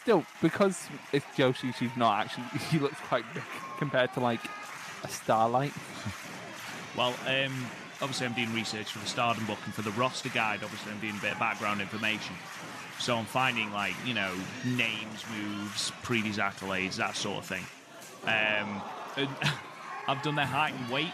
Speaker 3: Still, because it's Joshi, she's not actually. [LAUGHS] She looks quite big compared to like a starlight.
Speaker 1: Well, um, obviously, I'm doing research for the Stardom book and for the roster guide. Obviously, I'm doing a bit of background information. So I'm finding, like, you know, names, moves, previous accolades, that sort of thing. Um, and [LAUGHS] I've done their height and weight.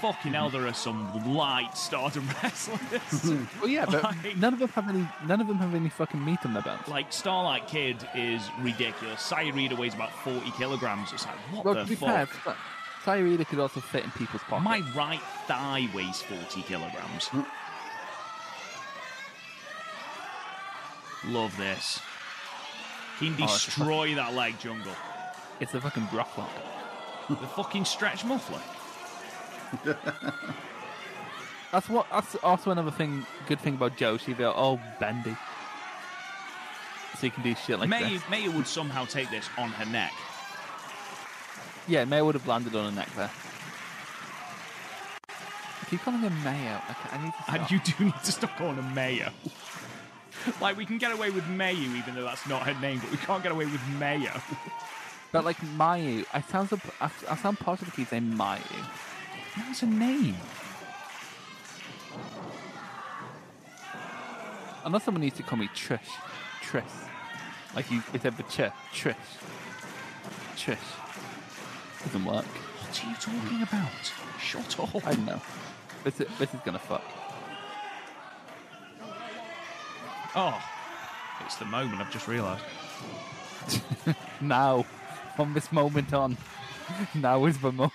Speaker 1: Fucking
Speaker 3: Mm-hmm.
Speaker 1: hell, there are some light Stardom [LAUGHS] wrestlers.
Speaker 3: Well, yeah, but
Speaker 1: Like-
Speaker 3: none of them have any. None of them have any fucking meat on their belts.
Speaker 1: like, Starlight Kid is ridiculous. Sayurida weighs about 40 kilograms. It's like, what
Speaker 3: well,
Speaker 1: the
Speaker 3: to be
Speaker 1: fuck?
Speaker 3: fair, but Sayurida could also fit in people's pockets.
Speaker 1: My right thigh weighs 40 kilograms.
Speaker 3: Hmm.
Speaker 1: Love this. Can
Speaker 3: Oh, it's a
Speaker 1: destroy that leg jungle.
Speaker 3: It's a fucking Brock lock. Hmm.
Speaker 1: The fucking stretch muffler.
Speaker 3: That's what. That's also another thing. Good thing about Joshi, they're all bendy, so you can do shit like
Speaker 1: Maya,
Speaker 3: this.
Speaker 1: Maya would somehow take this on her neck.
Speaker 3: Yeah, Mayo would have landed on her neck there. I keep calling her Mayo. I, ca- I need to.
Speaker 1: And
Speaker 3: stop.
Speaker 1: you do need to stop calling her Mayo. like, we can get away with Mayu, even though that's not her name, but we can't get away with Mayo.
Speaker 3: But like Mayu, I sound so, I, I sound positive keep saying Mayu.
Speaker 1: That's her name.
Speaker 3: Unless someone needs to call me Trish, Trish, like you with the ch, Trish, Trish. Doesn't work.
Speaker 1: What are you talking about? Shut up.
Speaker 3: I don't know. This is, this is gonna fuck.
Speaker 1: Oh, it's the moment, I've just realised.
Speaker 3: Now, from this moment on, [LAUGHS] now is the moment.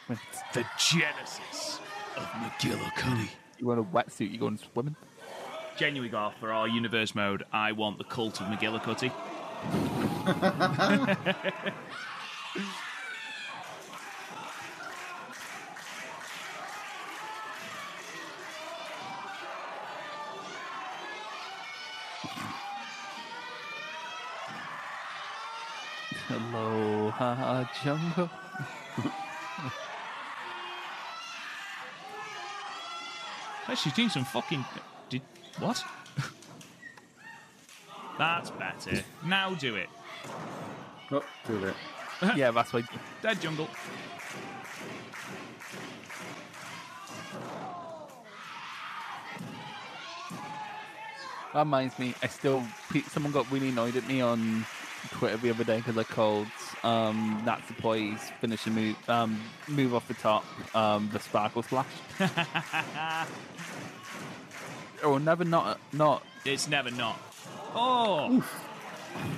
Speaker 1: The genesis of McGillicuddy.
Speaker 3: You want a wetsuit? You going swimming?
Speaker 1: Genuinely, Garth, for our universe mode, I want the cult of McGillicuddy.
Speaker 3: Aloha jungle.
Speaker 1: Hey, She's doing some fucking. Did what? [LAUGHS] That's better. Now do it.
Speaker 2: Oh, do it.
Speaker 3: yeah, that's why.
Speaker 1: Dead jungle.
Speaker 3: That reminds me. I still. pe- Someone got really annoyed at me on Twitter the other day because I called um, Natsu Poi's finishing move, um, move off the top, um, the Sparkle Splash. or Oh, never not not.
Speaker 1: It's never not. Oh,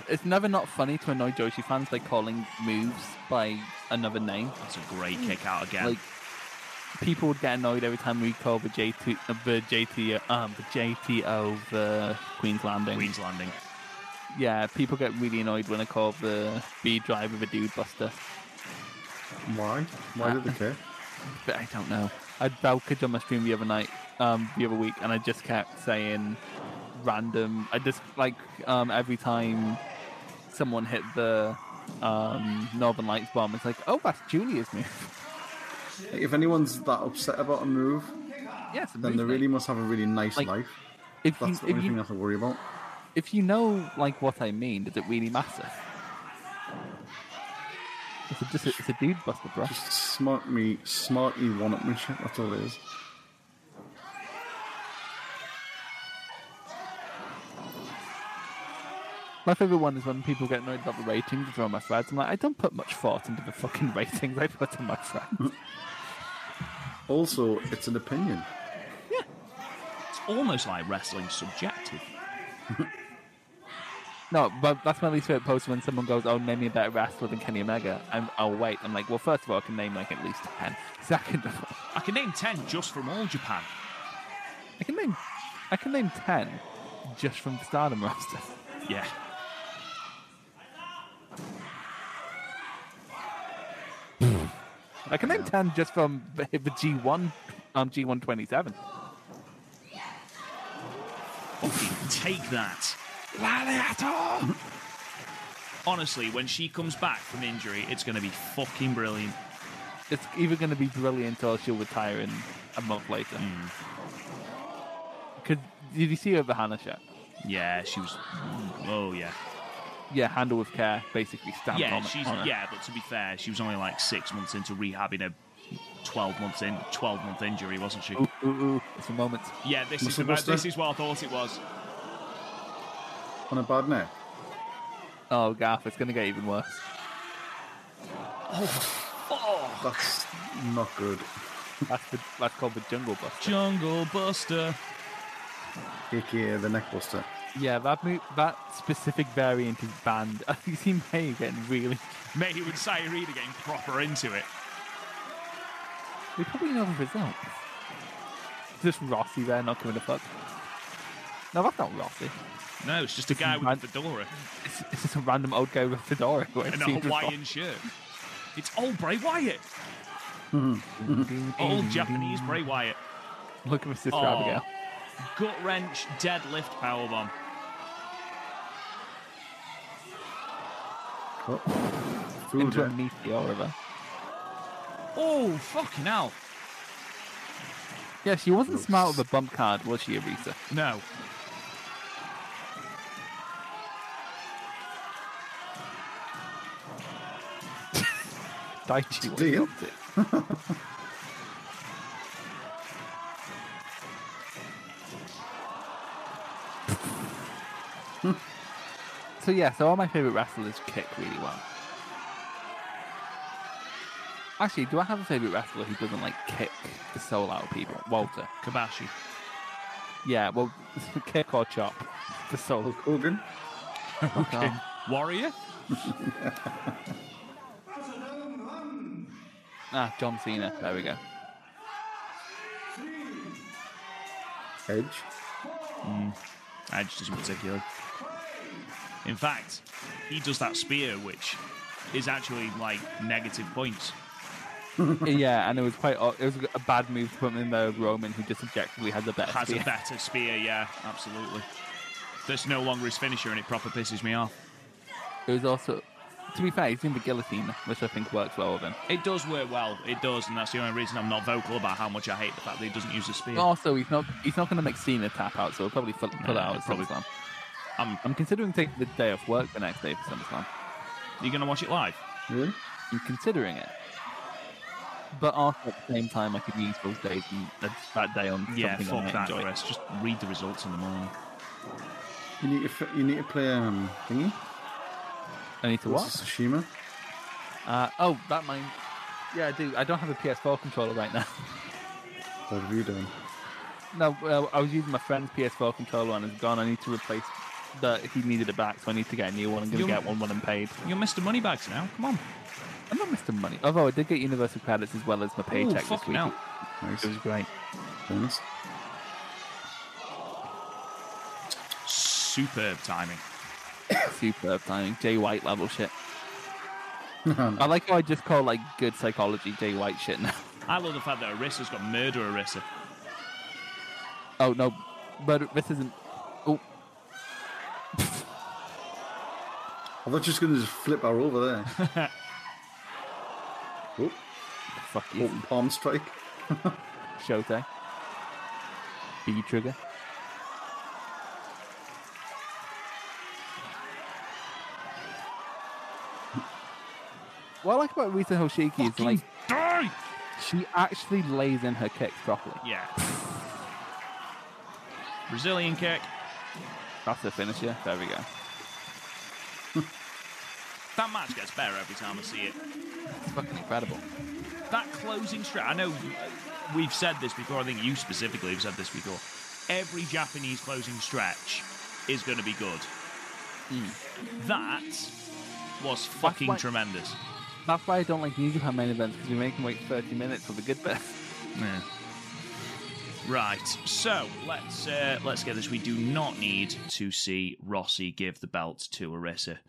Speaker 3: It's never not funny to annoy Joshi fans by calling moves by another name.
Speaker 1: that's a great kick out again.
Speaker 3: Like people would get annoyed every time we call the JT uh, the JT um the JTO the Queen's Landing.
Speaker 1: Queen's Landing.
Speaker 3: Yeah, people get really annoyed when I call the B driver the Dude Buster.
Speaker 2: Why?
Speaker 3: Uh,
Speaker 2: Why did they care?
Speaker 3: But I don't know. I had Valkyrie on my stream the other night, um, the other week, and I just kept saying random. I just like um, every time someone hit the um, Northern Lights bomb, it's like, oh, that's Julia's move. [LAUGHS]
Speaker 2: If anyone's that upset about a move,
Speaker 3: yes,
Speaker 2: then they really must have a really nice
Speaker 3: Like,
Speaker 2: life.
Speaker 3: If you,
Speaker 2: That's the
Speaker 3: if,
Speaker 2: only thing
Speaker 3: you,
Speaker 2: I have to worry about.
Speaker 3: if you know like what I mean, does it really matter? It's a, just a, it's a dude buster, bro.
Speaker 2: Just smart me, smarty one-upmanship. That's all it is.
Speaker 3: My favourite one is when people get annoyed about the ratings for my threads. I'm like, I don't put much thought into the fucking [LAUGHS] ratings I put on my threads.
Speaker 2: Also, it's an opinion.
Speaker 1: It's almost like wrestling subjective.
Speaker 3: no, but that's my least favourite post when someone goes, oh, name me a better wrestler than Kenny Omega. I'm, oh, wait. I'm like, well, first of all, I can name like at least 10. [LAUGHS] Second of all,
Speaker 1: I can name ten just from all Japan.
Speaker 3: I can name, I can name 10 just from the stardom roster.
Speaker 1: Yeah.
Speaker 3: I can name 10 just from [LAUGHS] the, the G1, um, G127.
Speaker 1: Fucking take that.
Speaker 3: Laliato!
Speaker 1: Honestly, when she comes back from injury, it's going to be fucking brilliant.
Speaker 3: It's either going to be brilliant or she'll retire in a month later. Could, did you see her over Hannah yet?
Speaker 1: Yeah, she was. Oh yeah.
Speaker 3: Yeah, handle with care, basically stamped
Speaker 1: Yeah,
Speaker 3: on it-
Speaker 1: she's
Speaker 3: on her.
Speaker 1: yeah, but to be fair, she was only like six months into rehabbing a twelve months in twelve month injury, wasn't she?
Speaker 3: Ooh, ooh, ooh, it's a moment.
Speaker 1: Yeah, this is
Speaker 2: Muscle
Speaker 1: the, mo-
Speaker 2: buster.
Speaker 1: this is what I thought it was.
Speaker 2: On a bad night.
Speaker 3: Oh, Gaff, it's going to get even worse.
Speaker 2: That's not good.
Speaker 3: That's, the, that's called the Jungle Buster.
Speaker 1: Jungle Buster.
Speaker 2: AKA the neckbuster.
Speaker 3: Yeah, that move, that specific variant is banned. [LAUGHS] I can see May getting really.
Speaker 1: Mayhew and Sayuri are getting proper into it.
Speaker 3: We probably know the result. Just Rossi there, not giving a fuck. No, that's not Rossi.
Speaker 1: No, it's just a guy with a
Speaker 3: man-
Speaker 1: fedora
Speaker 3: It's, it's just a random old guy with a fedora. wearing
Speaker 1: and a
Speaker 3: seamstress
Speaker 1: Hawaiian shirt. It's old Bray Wyatt.
Speaker 3: bra. Ding,
Speaker 1: Old
Speaker 3: ding,
Speaker 1: Japanese
Speaker 3: ding.
Speaker 1: Bray Wyatt.
Speaker 3: Look at my sister
Speaker 1: Aw.
Speaker 3: Abigail.
Speaker 1: Gut wrench, deadlift, powerbomb.
Speaker 2: Oh. Fooled
Speaker 3: Into a
Speaker 2: her.
Speaker 3: meteor of her.
Speaker 1: Oh, fucking hell.
Speaker 3: Yeah, she wasn't smart with a bump card, was she, Arisa?
Speaker 1: No.
Speaker 3: Daichi was
Speaker 2: Deal.
Speaker 3: bumped it. [LAUGHS] So yeah, so all my favourite wrestlers kick really well. Actually, do I have a favourite wrestler who doesn't like kick the soul out of people? Walter.
Speaker 1: Kabashi.
Speaker 3: Yeah, well, [LAUGHS] kick or chop the soul.
Speaker 2: Hulk Hogan.
Speaker 3: Fuck off.
Speaker 1: Warrior?
Speaker 3: Ah, John Cena. There we go.
Speaker 2: Edge.
Speaker 1: I Ah, just isn't particularly. In fact, he does that spear, which is actually like negative points.
Speaker 3: yeah, and it was quite. o- It was a bad move from in there. Roman, who just objectively had the best.
Speaker 1: Has
Speaker 3: spear.
Speaker 1: a better spear, yeah, absolutely. That's no longer his finisher, and it proper pisses me off.
Speaker 3: It was also, to be fair, he's in the guillotine, which I think works well with him.
Speaker 1: It does work well, it does, and that's the only reason I'm not vocal about how much I hate the fact that he doesn't use a spear.
Speaker 3: Also, he's not he's not going to make Cena tap out, so he'll probably pull, pull
Speaker 1: Nah,
Speaker 3: out at
Speaker 1: probably.
Speaker 3: SummerSlam.
Speaker 1: Um,
Speaker 3: I'm considering taking the day off work the next day for SummerSlam.
Speaker 1: You're gonna watch it live?
Speaker 2: Really?
Speaker 3: I'm considering it. But also at the same time, I could use those days and uh, that day on
Speaker 1: Yeah,
Speaker 3: something I
Speaker 1: fuck that,
Speaker 3: enjoy.
Speaker 1: Chris. Just read the results in the morning.
Speaker 2: You need to fi- you need to play um thingy.
Speaker 3: I need to
Speaker 2: Ghost
Speaker 3: what?
Speaker 2: of Tsushima.
Speaker 3: Uh, oh, that might. Yeah, I do. I don't have a PS4 controller right now.
Speaker 2: What have you done?
Speaker 3: No, uh, I was using my friend's PS4 controller and it's gone. I need to replace the. He needed it back, so I need to get a new one. I'm going to
Speaker 1: You-
Speaker 3: get one when I'm paid.
Speaker 1: You're Mr. Moneybags now. Come on.
Speaker 3: I'm not missing money. Although I did get universal credits as well as my
Speaker 1: Ooh,
Speaker 3: paycheck this
Speaker 1: fucking
Speaker 3: week.
Speaker 1: hell.
Speaker 2: Nice.
Speaker 3: It was great.
Speaker 2: Bonus.
Speaker 1: Superb timing.
Speaker 3: Superb timing. Jay White level
Speaker 1: [LAUGHS]
Speaker 3: shit. I like how I just call like good psychology Jay White shit now. [LAUGHS]
Speaker 1: I love the fact that Arissa's got murder Arissa.
Speaker 3: Oh no, but this isn't. Oh,
Speaker 2: I thought you was going to just flip her over there.
Speaker 3: [LAUGHS]
Speaker 2: oh,
Speaker 3: fuck
Speaker 1: Oh,
Speaker 3: you,
Speaker 2: open palm strike.
Speaker 3: Shota. B trigger. What I like about Rita Hoshiki is like
Speaker 1: Die!
Speaker 3: she actually lays in her kicks properly.
Speaker 1: Yeah. Brazilian kick.
Speaker 3: That's the finisher. There we go.
Speaker 1: That match gets better every time I see it.
Speaker 3: It's fucking incredible.
Speaker 1: That closing strike. I know uh, we've said this before. I think you specifically have said this before. Every Japanese closing stretch is going to be good. That was fucking
Speaker 3: Hmm. why-
Speaker 1: tremendous.
Speaker 3: That's why I don't like New Japan main events because we make them wait 30 minutes for the good bit.
Speaker 1: Right, so let's uh, let's get this. We do not need to see Rossi give the belt to Arissa,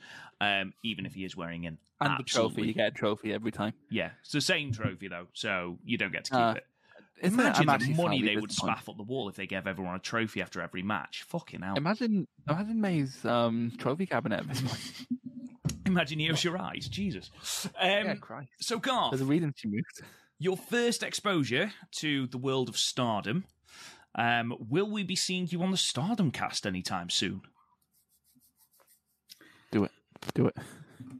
Speaker 1: um, even if he is wearing an
Speaker 3: And
Speaker 1: absolutely-
Speaker 3: the trophy, you get a trophy every time.
Speaker 1: Yeah, it's the same trophy though, so you don't get to keep
Speaker 3: Uh,
Speaker 1: it.
Speaker 3: Isn't it?
Speaker 1: Imagine
Speaker 3: I'm
Speaker 1: the
Speaker 3: actually
Speaker 1: money
Speaker 3: slightly
Speaker 1: they would
Speaker 3: disappointed.
Speaker 1: spaff up the wall if they gave everyone a trophy after every match. Fucking hell!
Speaker 3: Imagine, imagine May's um, trophy cabinet at this point.
Speaker 1: [LAUGHS] Imagine he was your eyes, Jesus. Um,
Speaker 3: [LAUGHS] yeah, Christ.
Speaker 1: so Garth,
Speaker 3: There's a reason she moved.
Speaker 1: Your first exposure to the world of stardom. Um, will we be seeing you on the Stardom cast anytime soon?
Speaker 3: Do it. [LAUGHS] Do it.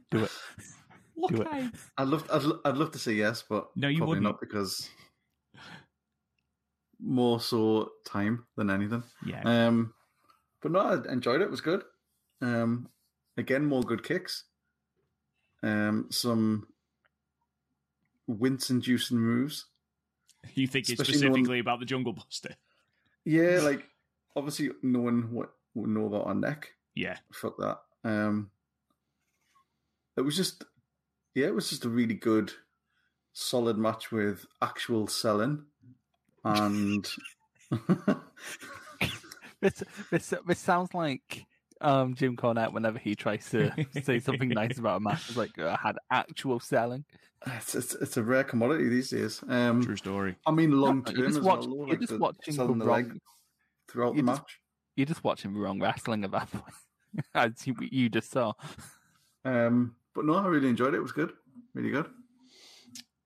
Speaker 3: Do it.
Speaker 1: Look
Speaker 3: Do it.
Speaker 1: I-
Speaker 2: I'd love, I'd, lo- I'd love to say yes, but
Speaker 1: No, you
Speaker 2: probably
Speaker 1: wouldn't. [LAUGHS]
Speaker 2: not because more so time than anything.
Speaker 1: Yeah.
Speaker 3: [LAUGHS]
Speaker 2: Um, but no, I enjoyed it. It was good. Um, again, more good kicks. Um, some wince-inducing moves.
Speaker 1: you thinking
Speaker 2: especially
Speaker 1: specifically
Speaker 2: knowing-
Speaker 1: about the Jungle Buster? [LAUGHS]
Speaker 2: Yeah, like obviously knowing what we know about our neck.
Speaker 1: Yeah.
Speaker 2: fuck that. Um, it was just, yeah, it was just a really good, solid match with actual selling, and
Speaker 3: [LAUGHS]
Speaker 2: [LAUGHS]
Speaker 3: This, this, this sounds like um, Jim Cornette whenever he tries to [LAUGHS] say something nice about a match. It's like, "Oh, I had actual selling.
Speaker 2: it's, it's it's a rare commodity these days. Um,
Speaker 1: True story.
Speaker 2: I mean, [LAUGHS] long
Speaker 3: You're
Speaker 2: term
Speaker 3: just
Speaker 2: as well.
Speaker 3: watch-
Speaker 2: though,
Speaker 3: you're
Speaker 2: like
Speaker 3: just
Speaker 2: the
Speaker 3: watching
Speaker 2: selling
Speaker 3: the
Speaker 2: the leg
Speaker 3: wrong-
Speaker 2: throughout the
Speaker 3: you're just-
Speaker 2: match.
Speaker 3: You're just watching wrong wrestling at that [LAUGHS] point. As you, you just saw.
Speaker 2: Um, but no, I really enjoyed it. It was good, really good.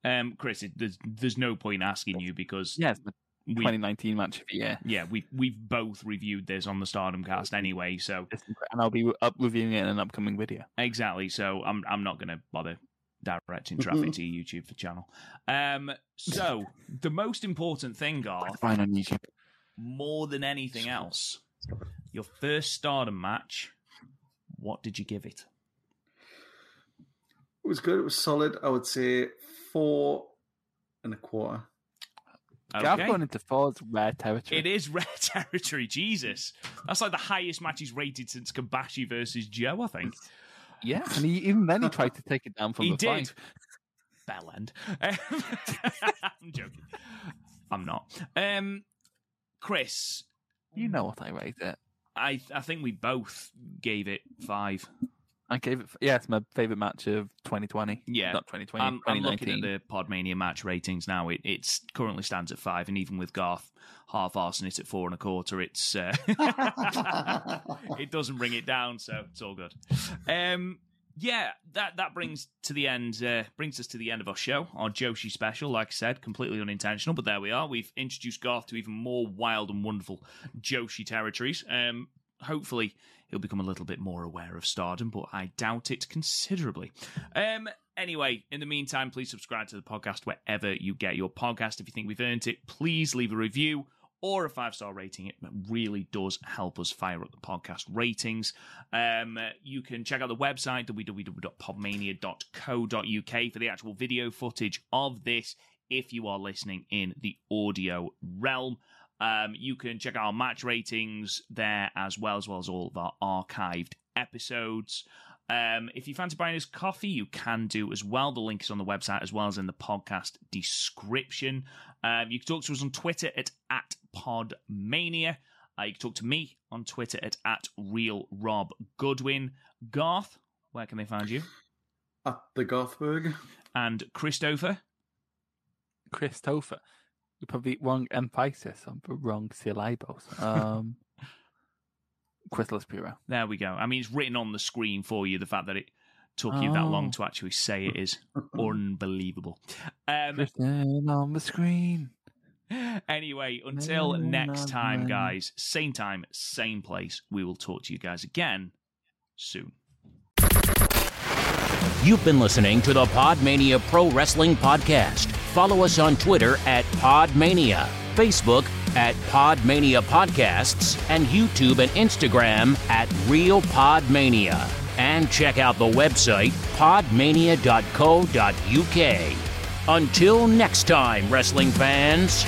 Speaker 1: Um, Chris, it, there's, there's no point asking you because
Speaker 3: Yeah, it's the
Speaker 1: we,
Speaker 3: 2019 match of the year.
Speaker 1: yeah, we we've both reviewed this on the Stardom cast anyway. So
Speaker 3: It's incre- And I'll be up reviewing it in an upcoming video.
Speaker 1: exactly. So I'm I'm not gonna bother directing traffic to your YouTube for channel. Um, so the most important thing, Garth,
Speaker 3: Fine on YouTube.
Speaker 1: more than anything else, your first Stardom match. What did you give it?
Speaker 2: It was good. It was solid. I would say four and a quarter.
Speaker 3: Gav going into four's rare territory.
Speaker 1: It is [LAUGHS] rare territory, Jesus. That's like the highest match he's rated since Kabashi versus Joe, I think.
Speaker 3: Yeah, and he, even then he tried [LAUGHS] to take it down from
Speaker 1: he
Speaker 3: the
Speaker 1: did.
Speaker 3: five.
Speaker 1: [LAUGHS] Bellend. Um, I'm joking. I'm not. Um, Chris,
Speaker 3: You know what I rated it.
Speaker 1: I I think we both gave it five.
Speaker 3: I gave it. Yeah, it's my favorite match of 2020.
Speaker 1: Yeah.
Speaker 3: not 2020.
Speaker 1: I'm, I'm looking
Speaker 3: 2019.
Speaker 1: at the Podmania match ratings now. It it's currently stands at five, and even with Garth half arsing it at four and a quarter, it's uh, [LAUGHS] it doesn't bring it down. So it's all good. Um, yeah, that that brings to the end. Uh, brings us to the end of our show, our Joshi special. Like I said, completely unintentional, but there we are. We've introduced Garth to even more wild and wonderful Joshi territories. Um, hopefully he'll become a little bit more aware of stardom, but I doubt it considerably. Um, anyway, in the meantime, please subscribe to the podcast wherever you get your podcast. If you think we've earned it, please leave a review or a five star rating. It really does help us fire up the podcast ratings. Um, you can check out the website www.podmania.co.uk for the actual video footage of this if you are listening in the audio realm. Um, you can check out our match ratings there as well, as well as all of our archived episodes. Um, if you fancy buying us coffee, you can do as well. The link is on the website as well as in the podcast description. Um, you can talk to us on Twitter at, at @podmania. Uh, you can talk to me on Twitter at, at real Rob Goodwin. Garth, where can they find you?
Speaker 2: At the Gothberg.
Speaker 1: And Christopher.
Speaker 3: Christopher. You probably wrong emphasis on the wrong syllables.
Speaker 1: [LAUGHS]
Speaker 3: Um, Chrysalis Puro.
Speaker 1: There we go. I mean, it's written on the screen for you. The fact that it took you that long
Speaker 3: Oh.
Speaker 1: to actually say it is unbelievable. Um,
Speaker 3: Written on the screen.
Speaker 1: [LAUGHS] anyway, until
Speaker 3: Man,
Speaker 1: next time,
Speaker 3: man.
Speaker 1: guys, same time, same place. We will talk to you guys again soon.
Speaker 8: You've been listening to the Podmania Pro Wrestling Podcast. Follow us on Twitter at Podmania, Facebook at Podmania Podcasts, and YouTube and Instagram at Real Podmania. And check out the website podmania.co.uk. Until next time, wrestling fans.